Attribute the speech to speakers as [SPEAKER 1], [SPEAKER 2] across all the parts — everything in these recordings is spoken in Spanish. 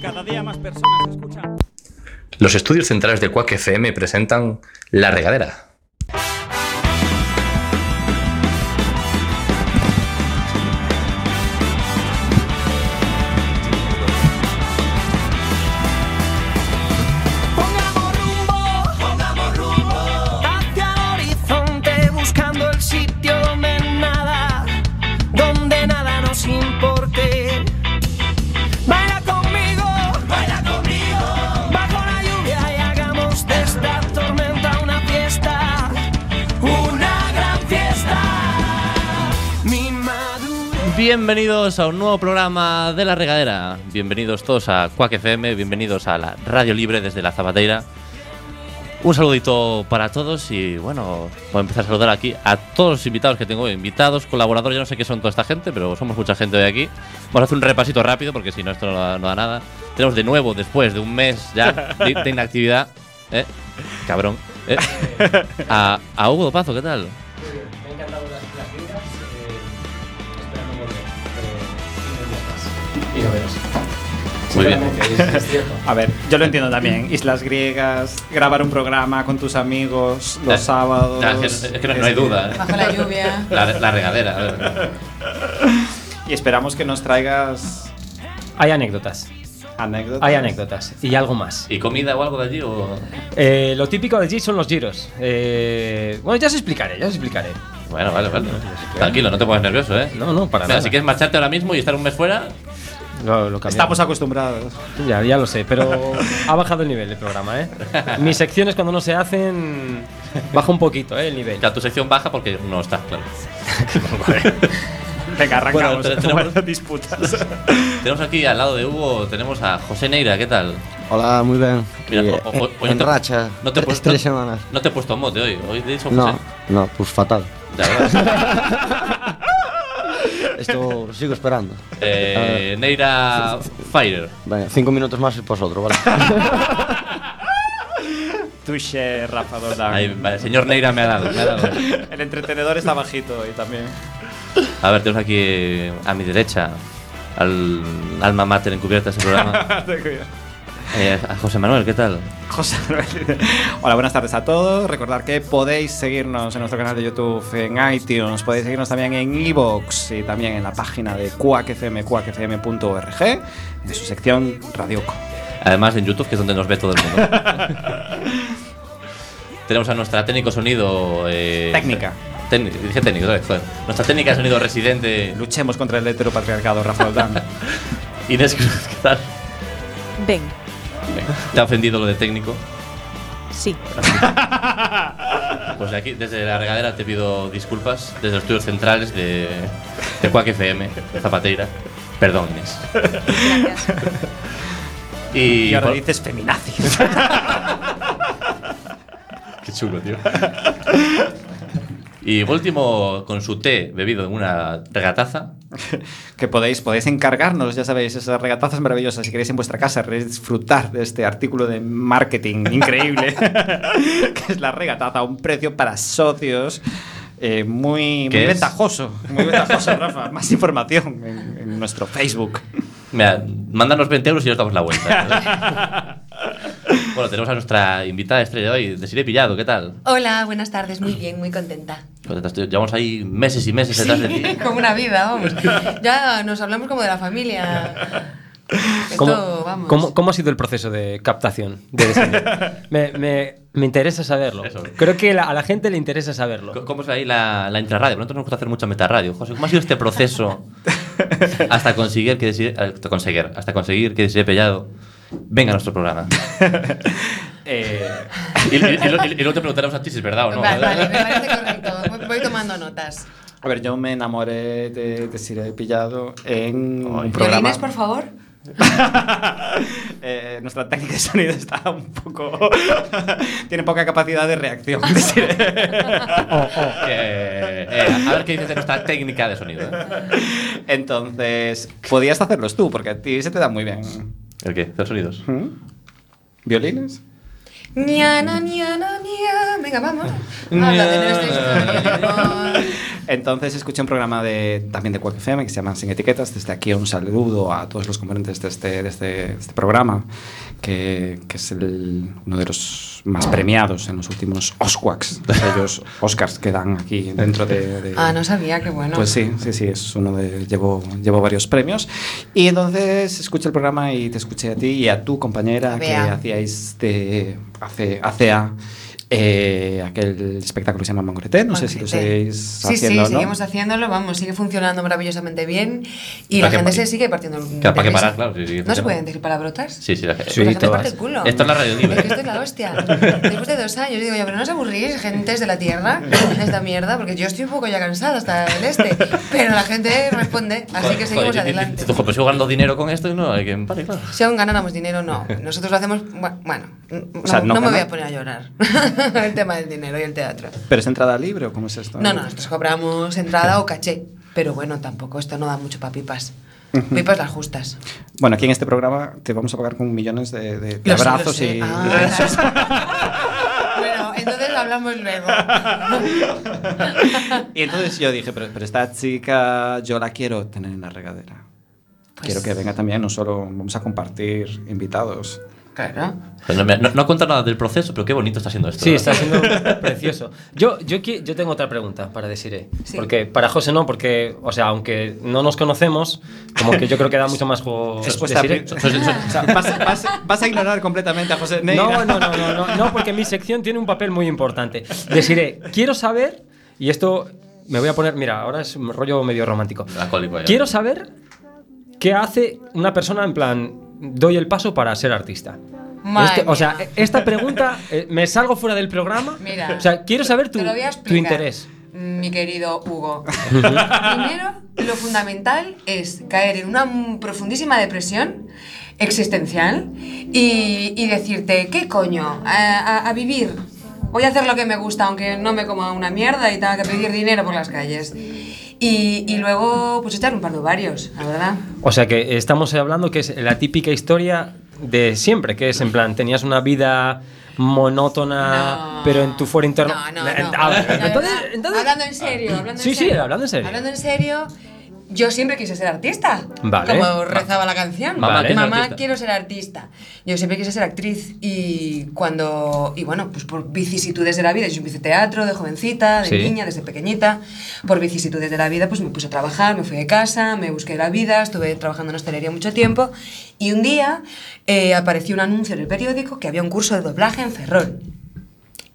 [SPEAKER 1] Cada día más personas escuchan.
[SPEAKER 2] Los estudios centrales de Quack FM presentan La Regadera.
[SPEAKER 3] Pongamos rumbo, pongamos rumbo hacia el horizonte buscando el sitio donde nada, donde nada nos importe. Baila conmigo, baila conmigo bajo la lluvia y hagamos de esta tormenta una fiesta, una gran fiesta. Mi madurez.
[SPEAKER 4] Bienvenidos a un nuevo programa de La Regadera. Bienvenidos todos a Quack FM, bienvenidos a la Radio Libre desde La Zapateira. Un saludito para todos y bueno, voy a empezar a saludar aquí a todos los invitados que tengo, invitados, colaboradores, yo no sé qué son toda esta gente, pero somos mucha gente de aquí. Vamos a hacer un repasito rápido porque si no esto no da, no da nada. Tenemos de nuevo, después de un mes ya de, de inactividad, ¿eh? cabrón, ¿eh? a, a Hugo Pazo, ¿qué tal?
[SPEAKER 5] Me han encantado las, las vidas. Eh, esperando volver. Eh, y no verás.
[SPEAKER 4] Muy bien.
[SPEAKER 5] Sinceramente, Es, es cierto.
[SPEAKER 6] A ver, yo lo entiendo también. Islas griegas, grabar un programa con tus amigos los
[SPEAKER 4] Eh,
[SPEAKER 6] sábados. este,
[SPEAKER 4] Ah, es que, es que no, no hay duda. ¿eh?
[SPEAKER 7] Bajo la lluvia.
[SPEAKER 4] La, la regadera. a ver. ¿eh?
[SPEAKER 6] Y esperamos que nos traigas
[SPEAKER 5] Hay anécdotas.
[SPEAKER 6] anécdotas.
[SPEAKER 5] Hay anécdotas. Y algo más.
[SPEAKER 4] ¿Y comida o algo de allí? O...
[SPEAKER 5] Eh, lo típico de allí son los giros. Eh, bueno, ya os explicaré, ya os explicaré.
[SPEAKER 4] Bueno, vale, vale. Tranquilo, no te pongas nervioso, ¿eh?
[SPEAKER 5] No, no, para
[SPEAKER 4] Mira,
[SPEAKER 5] nada.
[SPEAKER 4] si quieres marcharte ahora mismo y estar un mes fuera,
[SPEAKER 5] Lo- lo cambiamos.
[SPEAKER 6] Estamos acostumbrados.
[SPEAKER 5] Ya, ya lo sé, pero ha bajado el nivel el programa, ¿eh? Mis secciones cuando no se hacen baja un poquito, ¿eh? El nivel.
[SPEAKER 4] claro, tu sección baja porque no estás, claro.
[SPEAKER 6] Venga, arrancamos.
[SPEAKER 4] Bueno, te- tenemos-
[SPEAKER 6] Bueno, disputas.
[SPEAKER 4] Tenemos aquí al lado de Hugo, tenemos a José Neira, ¿qué tal?
[SPEAKER 8] Hola, muy bien.
[SPEAKER 4] Mira,
[SPEAKER 8] Y,
[SPEAKER 4] o-
[SPEAKER 8] eh,
[SPEAKER 4] o- o- hoy
[SPEAKER 8] en
[SPEAKER 4] no te-
[SPEAKER 8] racha.
[SPEAKER 4] no te he
[SPEAKER 8] tres-
[SPEAKER 4] puesto-
[SPEAKER 8] tres semanas.
[SPEAKER 4] No te he puesto mote hoy, hoy te he dicho José.
[SPEAKER 8] No, no, pues fatal.
[SPEAKER 4] Ya, ¿verdad?
[SPEAKER 8] Esto sigo esperando.
[SPEAKER 4] Eh, Neira Fire.
[SPEAKER 8] Venga, cinco minutos más y pues otro, ¿vale?
[SPEAKER 6] Tuche, Rafa Doldán.
[SPEAKER 4] Ahí, vale, señor Neira me ha dado, me ha dado.
[SPEAKER 6] El entretenedor está bajito hoy también.
[SPEAKER 4] A ver, tenemos aquí eh, a mi derecha al alma mater encubierta de este programa.
[SPEAKER 6] Ten cuidado.
[SPEAKER 4] Eh, a José Manuel, ¿qué tal?
[SPEAKER 6] José Albert. Hola, buenas tardes a todos. Recordar que podéis seguirnos en nuestro canal de YouTube, en iTunes, podéis seguirnos también en iVoox y también en la página de cuacfm, cuacfm.org, en su sección Radioco.
[SPEAKER 4] Además en YouTube, que es donde nos ve todo el mundo. Tenemos a nuestra técnico sonido. eh,
[SPEAKER 6] Técnica.
[SPEAKER 4] técni- dije técnico, ¿sabes? Joder. Nuestra técnica de sonido residente,
[SPEAKER 6] Luchemos contra el heteropatriarcado, Rafael Dan.
[SPEAKER 4] Inés Cruz, ¿qué tal?
[SPEAKER 7] Ven,
[SPEAKER 4] ¿Te ha ofendido lo de técnico?
[SPEAKER 7] sí.
[SPEAKER 4] Pues aquí, desde la regadera, te pido disculpas. Desde los estudios centrales de, de Quack FM, de Zapateira. Perdón, Inés.
[SPEAKER 7] Gracias.
[SPEAKER 4] Y,
[SPEAKER 6] Y ahora
[SPEAKER 4] por-
[SPEAKER 6] dices feminazi.
[SPEAKER 4] Qué chulo, tío. Y por último, con su té bebido en una regataza,
[SPEAKER 6] que podéis, podéis encargarnos, ya sabéis, esas regatazas maravillosas. Si queréis en vuestra casa disfrutar de este artículo de marketing increíble, que es la regataza a un precio para socios. eh, muy,
[SPEAKER 4] ¿Qué
[SPEAKER 6] muy
[SPEAKER 4] es?
[SPEAKER 6] ventajoso, muy ventajoso, Rafa. Más información en, en nuestro Facebook.
[SPEAKER 4] Mira, mándanos 20 euros y os damos la vuelta. bueno, tenemos a nuestra invitada estrella de hoy, Desiree Pillado, ¿qué tal?
[SPEAKER 7] Hola, buenas tardes. Muy bien, muy contenta.
[SPEAKER 4] Joder, te estoy- Llevamos ahí meses y meses detrás de ti.
[SPEAKER 7] como una vida, vamos. Ya nos hablamos como de la familia. Esto, vamos.
[SPEAKER 5] cómo- cómo ha sido el proceso de captación de diseño? me, me- me interesa saberlo.
[SPEAKER 4] Eso.
[SPEAKER 5] Creo que la- a la gente le interesa saberlo.
[SPEAKER 4] C- ¿Cómo es ahí la, la intrarradio? Nosotros nos gusta hacer mucha metarradio. José, ¿cómo ha sido este proceso hasta conseguir que Desiree, hasta conseguir, hasta conseguir que Desiree Pillado venga a nuestro programa?
[SPEAKER 6] Eh,
[SPEAKER 4] Y, y- y lo- y luego te preguntaremos a ti si es verdad o no.
[SPEAKER 7] Vale, vale, me parece correcto. Voy tomando notas.
[SPEAKER 6] a ver, yo me enamoré de, de Siré Pillado en un programa.
[SPEAKER 7] Violines, por favor.
[SPEAKER 6] Eh, nuestra técnica de sonido está un poco. tiene poca capacidad de reacción. de Siré.
[SPEAKER 4] Eh, eh, a ver qué dices de nuestra técnica de sonido. ¿eh?
[SPEAKER 6] Entonces, podías hacerlos tú, porque a ti se te da muy bien.
[SPEAKER 4] ¿El qué? ¿Los sonidos?
[SPEAKER 6] ¿Mm? ¿Violines?
[SPEAKER 7] Ah, Ñana, ñana, ña. Venga, vamos. Habla de nuestra historia de amor.
[SPEAKER 6] Entonces escuché un programa de, también de Quack FM que se llama Sin Etiquetas. Desde aquí un saludo a todos los componentes de este, de este, de este programa, que, que es el- uno de los más premiados en los últimos Osquacks, los sellos Oscars que dan aquí dentro de... de-
[SPEAKER 7] Ah, no sabía, qué bueno.
[SPEAKER 6] Pues sí, sí, sí, es uno de. Llevo, llevo varios premios. Y entonces escuché el programa y te escuché a ti y a tu compañera que
[SPEAKER 7] Bea.
[SPEAKER 6] hacíais de. Hace, hacea, eh, aquel espectáculo que se llama Mangorete. No sé si lo
[SPEAKER 7] Mangorete.
[SPEAKER 6] seguís
[SPEAKER 7] Sí, sí,
[SPEAKER 6] haciendo. ¿no?
[SPEAKER 7] seguimos haciéndolo, vamos, sigue funcionando maravillosamente bien y
[SPEAKER 4] Para
[SPEAKER 7] la
[SPEAKER 4] que
[SPEAKER 7] gente
[SPEAKER 4] pa-
[SPEAKER 7] se sigue partiendo el
[SPEAKER 4] para que
[SPEAKER 7] risa.
[SPEAKER 4] parar, claro, sí, sí,
[SPEAKER 7] ¿No se
[SPEAKER 4] funciona.
[SPEAKER 7] pueden decir palabrotas?
[SPEAKER 4] Sí, sí, la-
[SPEAKER 7] Pues la gente
[SPEAKER 2] todas.
[SPEAKER 7] parte el culo.
[SPEAKER 4] Esto es la radio libre.
[SPEAKER 7] Pero que esto es la hostia. Después de dos años, digo yo, pero no os aburrís, gentes de la tierra, de esta mierda, porque yo estoy un poco ya cansada hasta el este. Pero la gente responde, así que
[SPEAKER 4] Joder,
[SPEAKER 7] seguimos
[SPEAKER 4] yo- yo-
[SPEAKER 7] adelante.
[SPEAKER 4] yo- yo- Pues yo ganando dinero con esto y no hay que pare, claro.
[SPEAKER 7] Si aún ganáramos dinero, no. Nosotros lo hacemos. bu- Bueno, n- no,
[SPEAKER 6] O sea, no
[SPEAKER 7] no me voy
[SPEAKER 6] ganar.
[SPEAKER 7] a poner a llorar. el tema del dinero y el teatro.
[SPEAKER 6] ¿Pero es entrada libre o cómo es esto?
[SPEAKER 7] No, no, nosotros cobramos entrada o caché. Pero bueno, tampoco esto no da mucho para pipas. Pipas las justas.
[SPEAKER 6] Bueno, aquí en este programa te vamos a pagar con millones de, de- de
[SPEAKER 7] Lo sé, lo
[SPEAKER 6] abrazos
[SPEAKER 7] sé.
[SPEAKER 6] y.
[SPEAKER 7] Ah,
[SPEAKER 6] de besos.
[SPEAKER 7] bueno, entonces lo hablamos luego.
[SPEAKER 6] y entonces yo dije, pero, pero esta chica yo la quiero tener en la regadera.
[SPEAKER 7] Pues-
[SPEAKER 6] Quiero que venga también, no solo vamos a compartir invitados.
[SPEAKER 7] Claro.
[SPEAKER 4] Pues no, me- no, no ha contado nada del proceso, pero qué bonito está siendo esto.
[SPEAKER 5] Sí,
[SPEAKER 4] ¿no?
[SPEAKER 5] está siendo precioso. Yo, yo, qui- yo tengo otra pregunta para Desiree.
[SPEAKER 7] Sí.
[SPEAKER 5] Porque para José no, porque, o sea, aunque no nos conocemos, como que yo creo que da mucho más juego.
[SPEAKER 6] Respuesta
[SPEAKER 5] Desiree.
[SPEAKER 6] pri- O sea, vas, vas- vas a ignorar completamente a José Neira.
[SPEAKER 5] No, no, no, no, no, no, porque mi sección tiene un papel muy importante. Deciré, quiero saber, y esto me voy a poner, mira, ahora es un rollo medio romántico.
[SPEAKER 4] Alcohólico ya.
[SPEAKER 5] Quiero saber qué hace una persona en plan, doy el paso para ser artista.
[SPEAKER 7] Madre
[SPEAKER 5] Este- o sea,
[SPEAKER 7] mía.
[SPEAKER 5] e- esta pregunta, eh, me salgo fuera del programa.
[SPEAKER 7] Mira.
[SPEAKER 5] o sea, quiero saber tu,
[SPEAKER 7] Te lo voy a
[SPEAKER 5] tu
[SPEAKER 7] explicar,
[SPEAKER 5] interés.
[SPEAKER 7] Mi querido Hugo. Primero, lo fundamental es caer en una mm, profundísima depresión existencial y, y decirte, ¿qué coño? A, a- a vivir. Voy a hacer lo que me gusta, aunque no me coma una mierda y tenga que pedir dinero por las calles. Y, y luego, pues echar un par de varios, la verdad.
[SPEAKER 5] O sea, que estamos hablando que es la típica historia de siempre, que es en plan, tenías una vida monótona,
[SPEAKER 7] No.
[SPEAKER 5] pero en tu fuero interno.
[SPEAKER 7] No, no,
[SPEAKER 5] Eh,
[SPEAKER 7] no.
[SPEAKER 5] a ver,
[SPEAKER 7] La verdad,
[SPEAKER 5] entonces- entonces-
[SPEAKER 7] hablando en serio, hablando
[SPEAKER 5] Sí,
[SPEAKER 7] en
[SPEAKER 5] sí,
[SPEAKER 7] serio.
[SPEAKER 5] hablando en serio.
[SPEAKER 7] Hablando en serio, yo siempre quise ser artista.
[SPEAKER 5] Vale.
[SPEAKER 7] Como rezaba la canción.
[SPEAKER 4] Mamá,
[SPEAKER 5] Vale. quiero ser
[SPEAKER 7] Mamá,
[SPEAKER 4] artista.
[SPEAKER 7] quiero ser artista. Yo siempre quise ser actriz y cuando. Y bueno, pues por vicisitudes de la vida. Yo hice teatro de jovencita, de
[SPEAKER 5] Sí.
[SPEAKER 7] niña, desde pequeñita. Por vicisitudes de la vida, pues me puse a trabajar, me fui de casa, me busqué la vida, estuve trabajando en hostelería mucho tiempo. Y un día eh, apareció un anuncio en el periódico que había un curso de doblaje en Ferrol.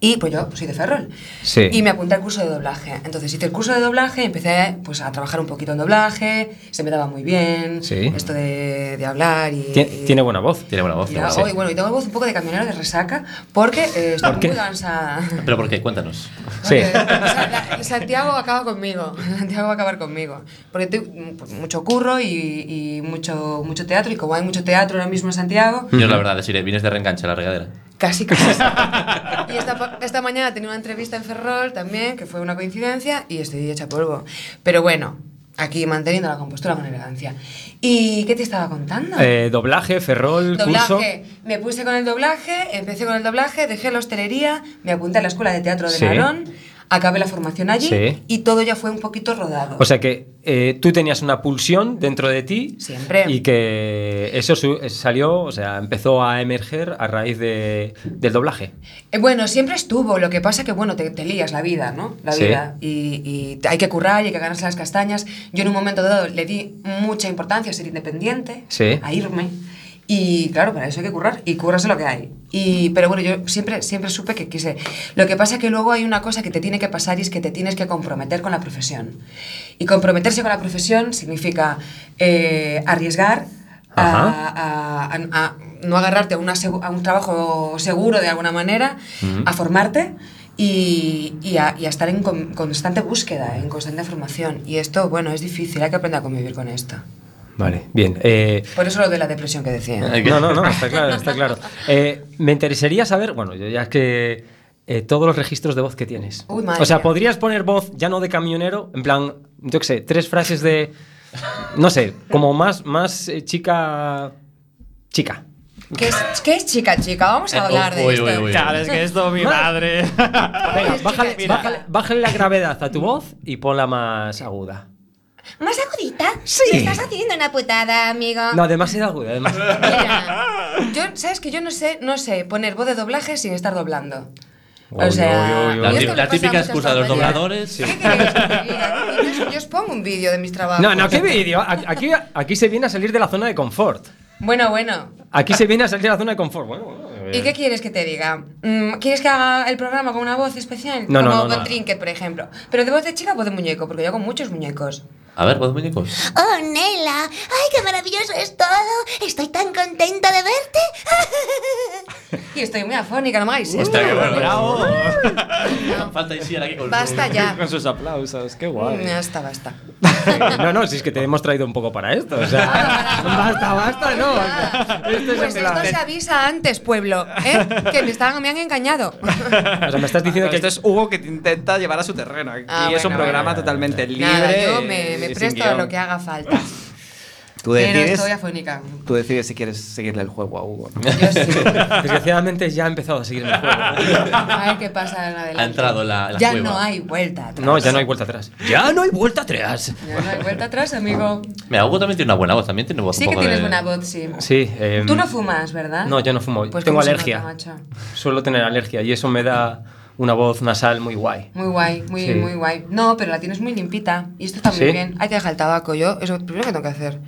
[SPEAKER 7] Y pues yo soy de Ferrol.
[SPEAKER 5] Sí.
[SPEAKER 7] Y me apunté al curso de doblaje. Entonces hice el curso de doblaje, empecé pues, a trabajar un poquito en doblaje, se me daba muy bien
[SPEAKER 5] Sí.
[SPEAKER 7] esto de, de hablar y...
[SPEAKER 5] Tien-
[SPEAKER 7] y-
[SPEAKER 5] tiene buena voz.
[SPEAKER 4] Tiene buena voz.
[SPEAKER 7] y
[SPEAKER 4] tiene
[SPEAKER 7] la-
[SPEAKER 4] buena voz.
[SPEAKER 7] y bueno, y tengo voz un poco de camionero de resaca porque eh, estoy
[SPEAKER 5] ¿Por qué?
[SPEAKER 7] muy cansada.
[SPEAKER 4] Pero ¿por qué? Cuéntanos.
[SPEAKER 5] Sí.
[SPEAKER 7] Porque, o sea, la- Santiago acaba conmigo. Santiago va a acabar conmigo. Porque tengo mm, pues, mucho curro y, y mucho, mucho teatro. Y como hay mucho teatro ahora mismo en Santiago,
[SPEAKER 4] Yo, la verdad, deciré, vienes de reenganche a la regadera.
[SPEAKER 7] Casi, casi. y esta, pa- esta mañana tenía una entrevista en Ferrol también, que fue una coincidencia, y estoy hecha polvo. Pero bueno, aquí manteniendo la compostura con elegancia. ¿Y qué te estaba contando?
[SPEAKER 5] Eh, doblaje, ferrol, curso.
[SPEAKER 7] doblaje. Me puse con el doblaje, empecé con el doblaje, dejé la hostelería, me apunté a la escuela de teatro de
[SPEAKER 5] Sí.
[SPEAKER 7] Narón, acabé la formación allí,
[SPEAKER 5] Sí.
[SPEAKER 7] y todo ya fue un poquito rodado.
[SPEAKER 5] O sea que eh, tú tenías una pulsión dentro de ti.
[SPEAKER 7] Siempre.
[SPEAKER 5] Y que eso su- eh, salió, o sea, empezó a emerger a raíz de, del doblaje.
[SPEAKER 7] Eh, Bueno, siempre estuvo, lo que pasa que, bueno, te, te lías la vida, ¿no? La
[SPEAKER 5] Sí.
[SPEAKER 7] vida. Y, y te- hay que currar y hay que ganarse las castañas. Yo en un momento dado le di mucha importancia a ser independiente,
[SPEAKER 5] Sí.
[SPEAKER 7] a irme. Y claro, para eso hay que currar y currarse lo que hay. Y, pero bueno, yo siempre, siempre supe que quise. Lo que pasa que luego hay una cosa que te tiene que pasar y es que te tienes que comprometer con la profesión. Y comprometerse con la profesión significa eh, arriesgar,
[SPEAKER 5] Ajá.
[SPEAKER 7] a- a, a- a no agarrarte a, una segu- a un trabajo seguro de alguna manera, a formarte y, y a, y a estar en con- constante búsqueda, en constante formación. Y esto, bueno, es difícil, hay que aprender a convivir con esto.
[SPEAKER 5] Vale, bien. eh,
[SPEAKER 7] Por eso lo de la depresión que decía.
[SPEAKER 5] no, no, no, está claro, está claro. Eh, me interesaría saber, bueno, yo ya es que eh, todos los registros de voz que tienes.
[SPEAKER 7] Uy, madre
[SPEAKER 5] o sea,
[SPEAKER 7] mía.
[SPEAKER 5] podrías poner voz ya no de camionero, en plan, yo qué sé, tres frases de, no sé, como más, más eh, chica, chica.
[SPEAKER 7] ¿Qué es, qué es chica, chica? Vamos a hablar de
[SPEAKER 4] Eh, uy,
[SPEAKER 7] esto.
[SPEAKER 4] uy, uy.
[SPEAKER 6] Claro, es que esto mi madre.
[SPEAKER 5] Venga,
[SPEAKER 7] Chica,
[SPEAKER 5] bájale,
[SPEAKER 7] chica.
[SPEAKER 5] bájale- bájale la gravedad a tu voz y ponla más aguda.
[SPEAKER 9] ¿Más agudita? Sí. estás haciendo una putada, amigo.
[SPEAKER 7] Ah.
[SPEAKER 5] No, demasiado aguda, demasiado.
[SPEAKER 7] Mira, yo, ¿sabes que Yo no sé, no sé poner voz de doblaje sin estar doblando. O sea,
[SPEAKER 5] uy, uy,
[SPEAKER 7] y
[SPEAKER 4] La,
[SPEAKER 5] uy.
[SPEAKER 7] esto
[SPEAKER 4] tí-
[SPEAKER 7] le
[SPEAKER 4] la
[SPEAKER 7] pasa a
[SPEAKER 4] típica
[SPEAKER 7] muchas
[SPEAKER 4] excusa de los
[SPEAKER 7] compañeras.
[SPEAKER 4] dobladores.
[SPEAKER 7] ¿Qué queréis que te diga? ¿Qué queréis? Yo os pongo un vídeo de mis trabajos.
[SPEAKER 5] No, no, qué vídeo. A- Aquí, aquí se viene a salir de la zona de confort.
[SPEAKER 7] Bueno, bueno.
[SPEAKER 5] Aquí se viene a salir de la zona de confort. Bueno, bueno, a ver.
[SPEAKER 7] ¿Y qué quieres que te diga? Mm, ¿Quieres que haga el programa con una voz especial?
[SPEAKER 5] No, no,
[SPEAKER 7] Como
[SPEAKER 5] no,
[SPEAKER 7] con
[SPEAKER 5] no.
[SPEAKER 7] Trinket, por ejemplo. Pero de voz de chica o de muñeco, porque yo hago muchos muñecos.
[SPEAKER 4] A ver, voz muñecos.
[SPEAKER 9] ¡Oh, Nela! ¡Ay, qué maravilloso es todo! ¡Estoy tan contenta de verte!
[SPEAKER 7] Y estoy muy afónica, no me hagáis esto.
[SPEAKER 4] Hostia, qué bueno.
[SPEAKER 6] Bravo.
[SPEAKER 4] Falta Isiel aquí con
[SPEAKER 7] Basta ya.
[SPEAKER 6] Con sus aplausos, qué
[SPEAKER 7] Mm,
[SPEAKER 6] guay.
[SPEAKER 7] Basta, basta.
[SPEAKER 5] No, no, si es que te hemos traído un poco para esto. O sea, basta, basta, no. o sea, Esto es
[SPEAKER 7] Pues
[SPEAKER 5] en plan-
[SPEAKER 7] esto se avisa antes, pueblo, ¿eh? que me, estaban, me han engañado.
[SPEAKER 5] O sea, me estás diciendo que
[SPEAKER 6] esto es Hugo que te intenta llevar a su terreno. Aquí
[SPEAKER 7] Ah,
[SPEAKER 6] es un
[SPEAKER 7] bueno,
[SPEAKER 6] programa
[SPEAKER 5] bueno.
[SPEAKER 6] totalmente libre.
[SPEAKER 7] Nada, yo me,
[SPEAKER 6] y-
[SPEAKER 7] me
[SPEAKER 6] y sin
[SPEAKER 7] presto a
[SPEAKER 6] guión.
[SPEAKER 7] lo que haga falta.
[SPEAKER 6] Tú
[SPEAKER 7] Pero
[SPEAKER 6] decides,
[SPEAKER 7] estoy afónica.
[SPEAKER 6] tú decides si quieres seguirle el juego a Hugo. ¿no?
[SPEAKER 7] Yo sí.
[SPEAKER 5] desgraciadamente ya ha empezado a seguir el juego.
[SPEAKER 7] A ver qué pasa en adelante.
[SPEAKER 4] Ha entrado en la- en la
[SPEAKER 7] ya
[SPEAKER 4] cueva.
[SPEAKER 7] no hay vuelta atrás.
[SPEAKER 5] No, ya no hay vuelta atrás. Ya no hay vuelta atrás.
[SPEAKER 7] Ya no hay vuelta atrás, amigo.
[SPEAKER 4] Mira, Hugo también tiene una buena voz. También tiene voz
[SPEAKER 7] Sí
[SPEAKER 4] Pues un
[SPEAKER 7] que
[SPEAKER 4] poco
[SPEAKER 7] tienes
[SPEAKER 4] de-
[SPEAKER 7] buena voz, sí.
[SPEAKER 5] Sí. em,
[SPEAKER 7] Tú no fumas, ¿verdad?
[SPEAKER 5] No, yo no fumo.
[SPEAKER 7] Pues
[SPEAKER 5] Tengo
[SPEAKER 7] cómo se
[SPEAKER 5] alergia.
[SPEAKER 7] nota, macho.
[SPEAKER 5] Suelo tener alergia y eso me da una voz nasal muy guay.
[SPEAKER 7] Muy guay, muy,
[SPEAKER 5] Sí.
[SPEAKER 7] muy guay. No, pero la tienes muy limpita. Y esto está muy
[SPEAKER 5] ¿Sí?
[SPEAKER 7] bien. Hay que dejar el tabaco. Yo, eso es lo primero que tengo que hacer.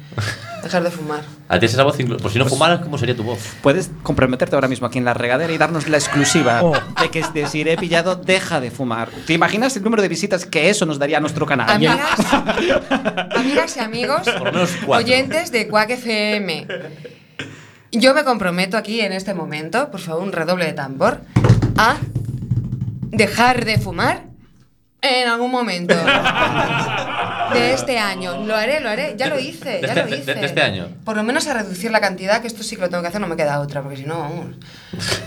[SPEAKER 7] Dejar de fumar.
[SPEAKER 4] A ti esa voz incluso. Pues si no fumaras, ¿cómo sería tu voz?
[SPEAKER 6] Puedes comprometerte ahora mismo aquí en la regadera y darnos la exclusiva
[SPEAKER 5] Oh.
[SPEAKER 6] de que de si he pillado deja de fumar. ¿Te imaginas el número de visitas que eso nos daría a nuestro canal?
[SPEAKER 7] Amigas, amigas y amigos,
[SPEAKER 4] lo menos cuatro.
[SPEAKER 7] oyentes de Quack FM. Yo me comprometo aquí en este momento, por favor, un redoble de tambor, a dejar de fumar en algún momento de este año. Lo haré, lo haré, ya lo hice, ya
[SPEAKER 4] De-
[SPEAKER 7] lo
[SPEAKER 4] de-
[SPEAKER 7] hice.
[SPEAKER 4] de este año.
[SPEAKER 7] Por lo menos a reducir la cantidad, que esto sí que lo tengo que hacer, no me queda otra, porque si no, vamos.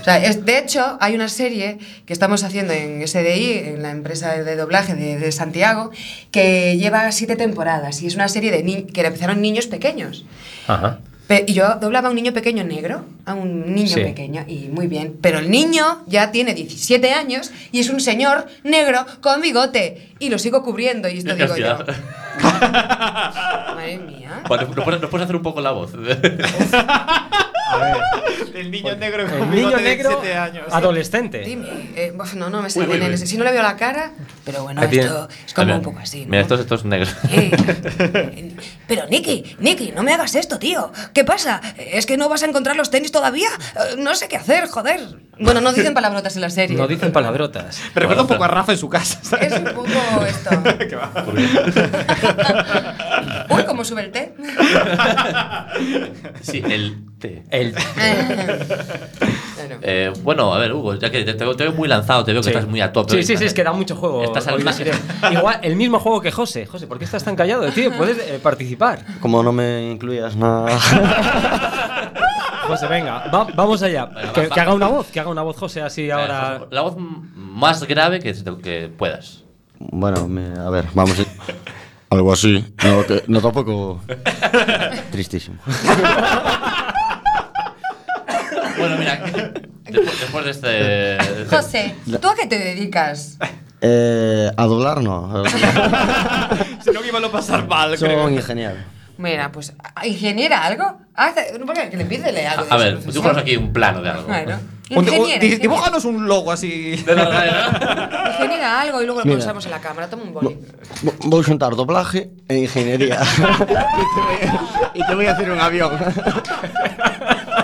[SPEAKER 7] O sea, es- de hecho, hay una serie que estamos haciendo en SDI, en la empresa de doblaje de, de Santiago, que lleva siete temporadas y es una serie de ni- que la empezaron niños pequeños.
[SPEAKER 5] Ajá.
[SPEAKER 7] Pe- Y yo doblaba a un niño pequeño negro, a un niño
[SPEAKER 5] Sí.
[SPEAKER 7] pequeño, y muy bien. Pero el niño ya tiene 17 años y es un señor negro con bigote. Y lo sigo cubriendo, y esto digo yo.
[SPEAKER 4] Hostia.
[SPEAKER 7] Madre mía.
[SPEAKER 4] Bueno, Pues ¿Nos puedes, nos puedes hacer un poco la voz?
[SPEAKER 6] El niño negro
[SPEAKER 5] El niño negro adolescente.
[SPEAKER 7] Dime, eh, buf, no, no me
[SPEAKER 4] Uy,
[SPEAKER 7] sale
[SPEAKER 4] uy,
[SPEAKER 7] bien.
[SPEAKER 4] uy. Ah,
[SPEAKER 7] Si no le veo la cara, pero bueno,
[SPEAKER 5] Ahí tiene.
[SPEAKER 7] esto es como un poco así. ¿no?
[SPEAKER 4] Mira, estos, estos negros.
[SPEAKER 7] Eh, eh, Pero Nicky, Nicky, no me hagas esto, tío. ¿Qué pasa? ¿Es que no vas a encontrar los tenis todavía? Eh, No sé qué hacer, joder. Bueno, no dicen palabrotas en la serie.
[SPEAKER 5] No dicen palabrotas.
[SPEAKER 6] Me recuerda un poco a Rafa en su casa. ¿sabes?
[SPEAKER 7] Es un poco esto. Uy, cómo sube el té.
[SPEAKER 4] Sí, el té.
[SPEAKER 5] El
[SPEAKER 7] Bueno.
[SPEAKER 4] Eh, bueno, a ver, Hugo, ya que te, te veo muy lanzado, te veo que
[SPEAKER 5] Sí.
[SPEAKER 4] estás muy a tope.
[SPEAKER 5] Sí, sí, sí, es que da mucho juego.
[SPEAKER 4] Estás al
[SPEAKER 5] hoy
[SPEAKER 4] más-
[SPEAKER 5] deciré. Igual, el mismo juego que José. José, ¿por qué estás tan callado, tío? Puedes eh, participar.
[SPEAKER 8] Como no me incluías nada.
[SPEAKER 5] José, venga, va- vamos allá.
[SPEAKER 4] Venga,
[SPEAKER 5] Que,
[SPEAKER 4] va-
[SPEAKER 5] que haga una voz, que haga una voz José así
[SPEAKER 4] Ahora...
[SPEAKER 5] ahora.
[SPEAKER 4] Eh, La voz m- más grave que, que puedas.
[SPEAKER 8] bueno, me- a ver, vamos. Algo así. No, que- no tampoco. Tristísimo.
[SPEAKER 4] Bueno, mira, después, después de este.
[SPEAKER 7] José, ¿tú a qué te dedicas?
[SPEAKER 8] Eh, a doblar no.
[SPEAKER 6] Si no, que iba a lo pasar mal.
[SPEAKER 8] Son ingeniero.
[SPEAKER 7] Mira, pues, ¿a- ¿ingeniera algo? Ah, Hace- no, porque que le pídele algo. de
[SPEAKER 4] A, a
[SPEAKER 7] su
[SPEAKER 4] ver,
[SPEAKER 7] profesión.
[SPEAKER 4] dibújanos aquí un plano de algo.
[SPEAKER 7] Bueno.
[SPEAKER 6] Un- un-
[SPEAKER 7] Ingeniera,
[SPEAKER 6] di-
[SPEAKER 7] ingeniera.
[SPEAKER 6] dibújanos un logo así.
[SPEAKER 4] De verdad, ¿eh?
[SPEAKER 7] Ingeniera algo y luego lo
[SPEAKER 8] Mira.
[SPEAKER 7] usamos en la cámara. Toma un boli.
[SPEAKER 8] Vo- Voy a juntar doblaje e ingeniería. y, te voy a, y te voy a hacer un avión.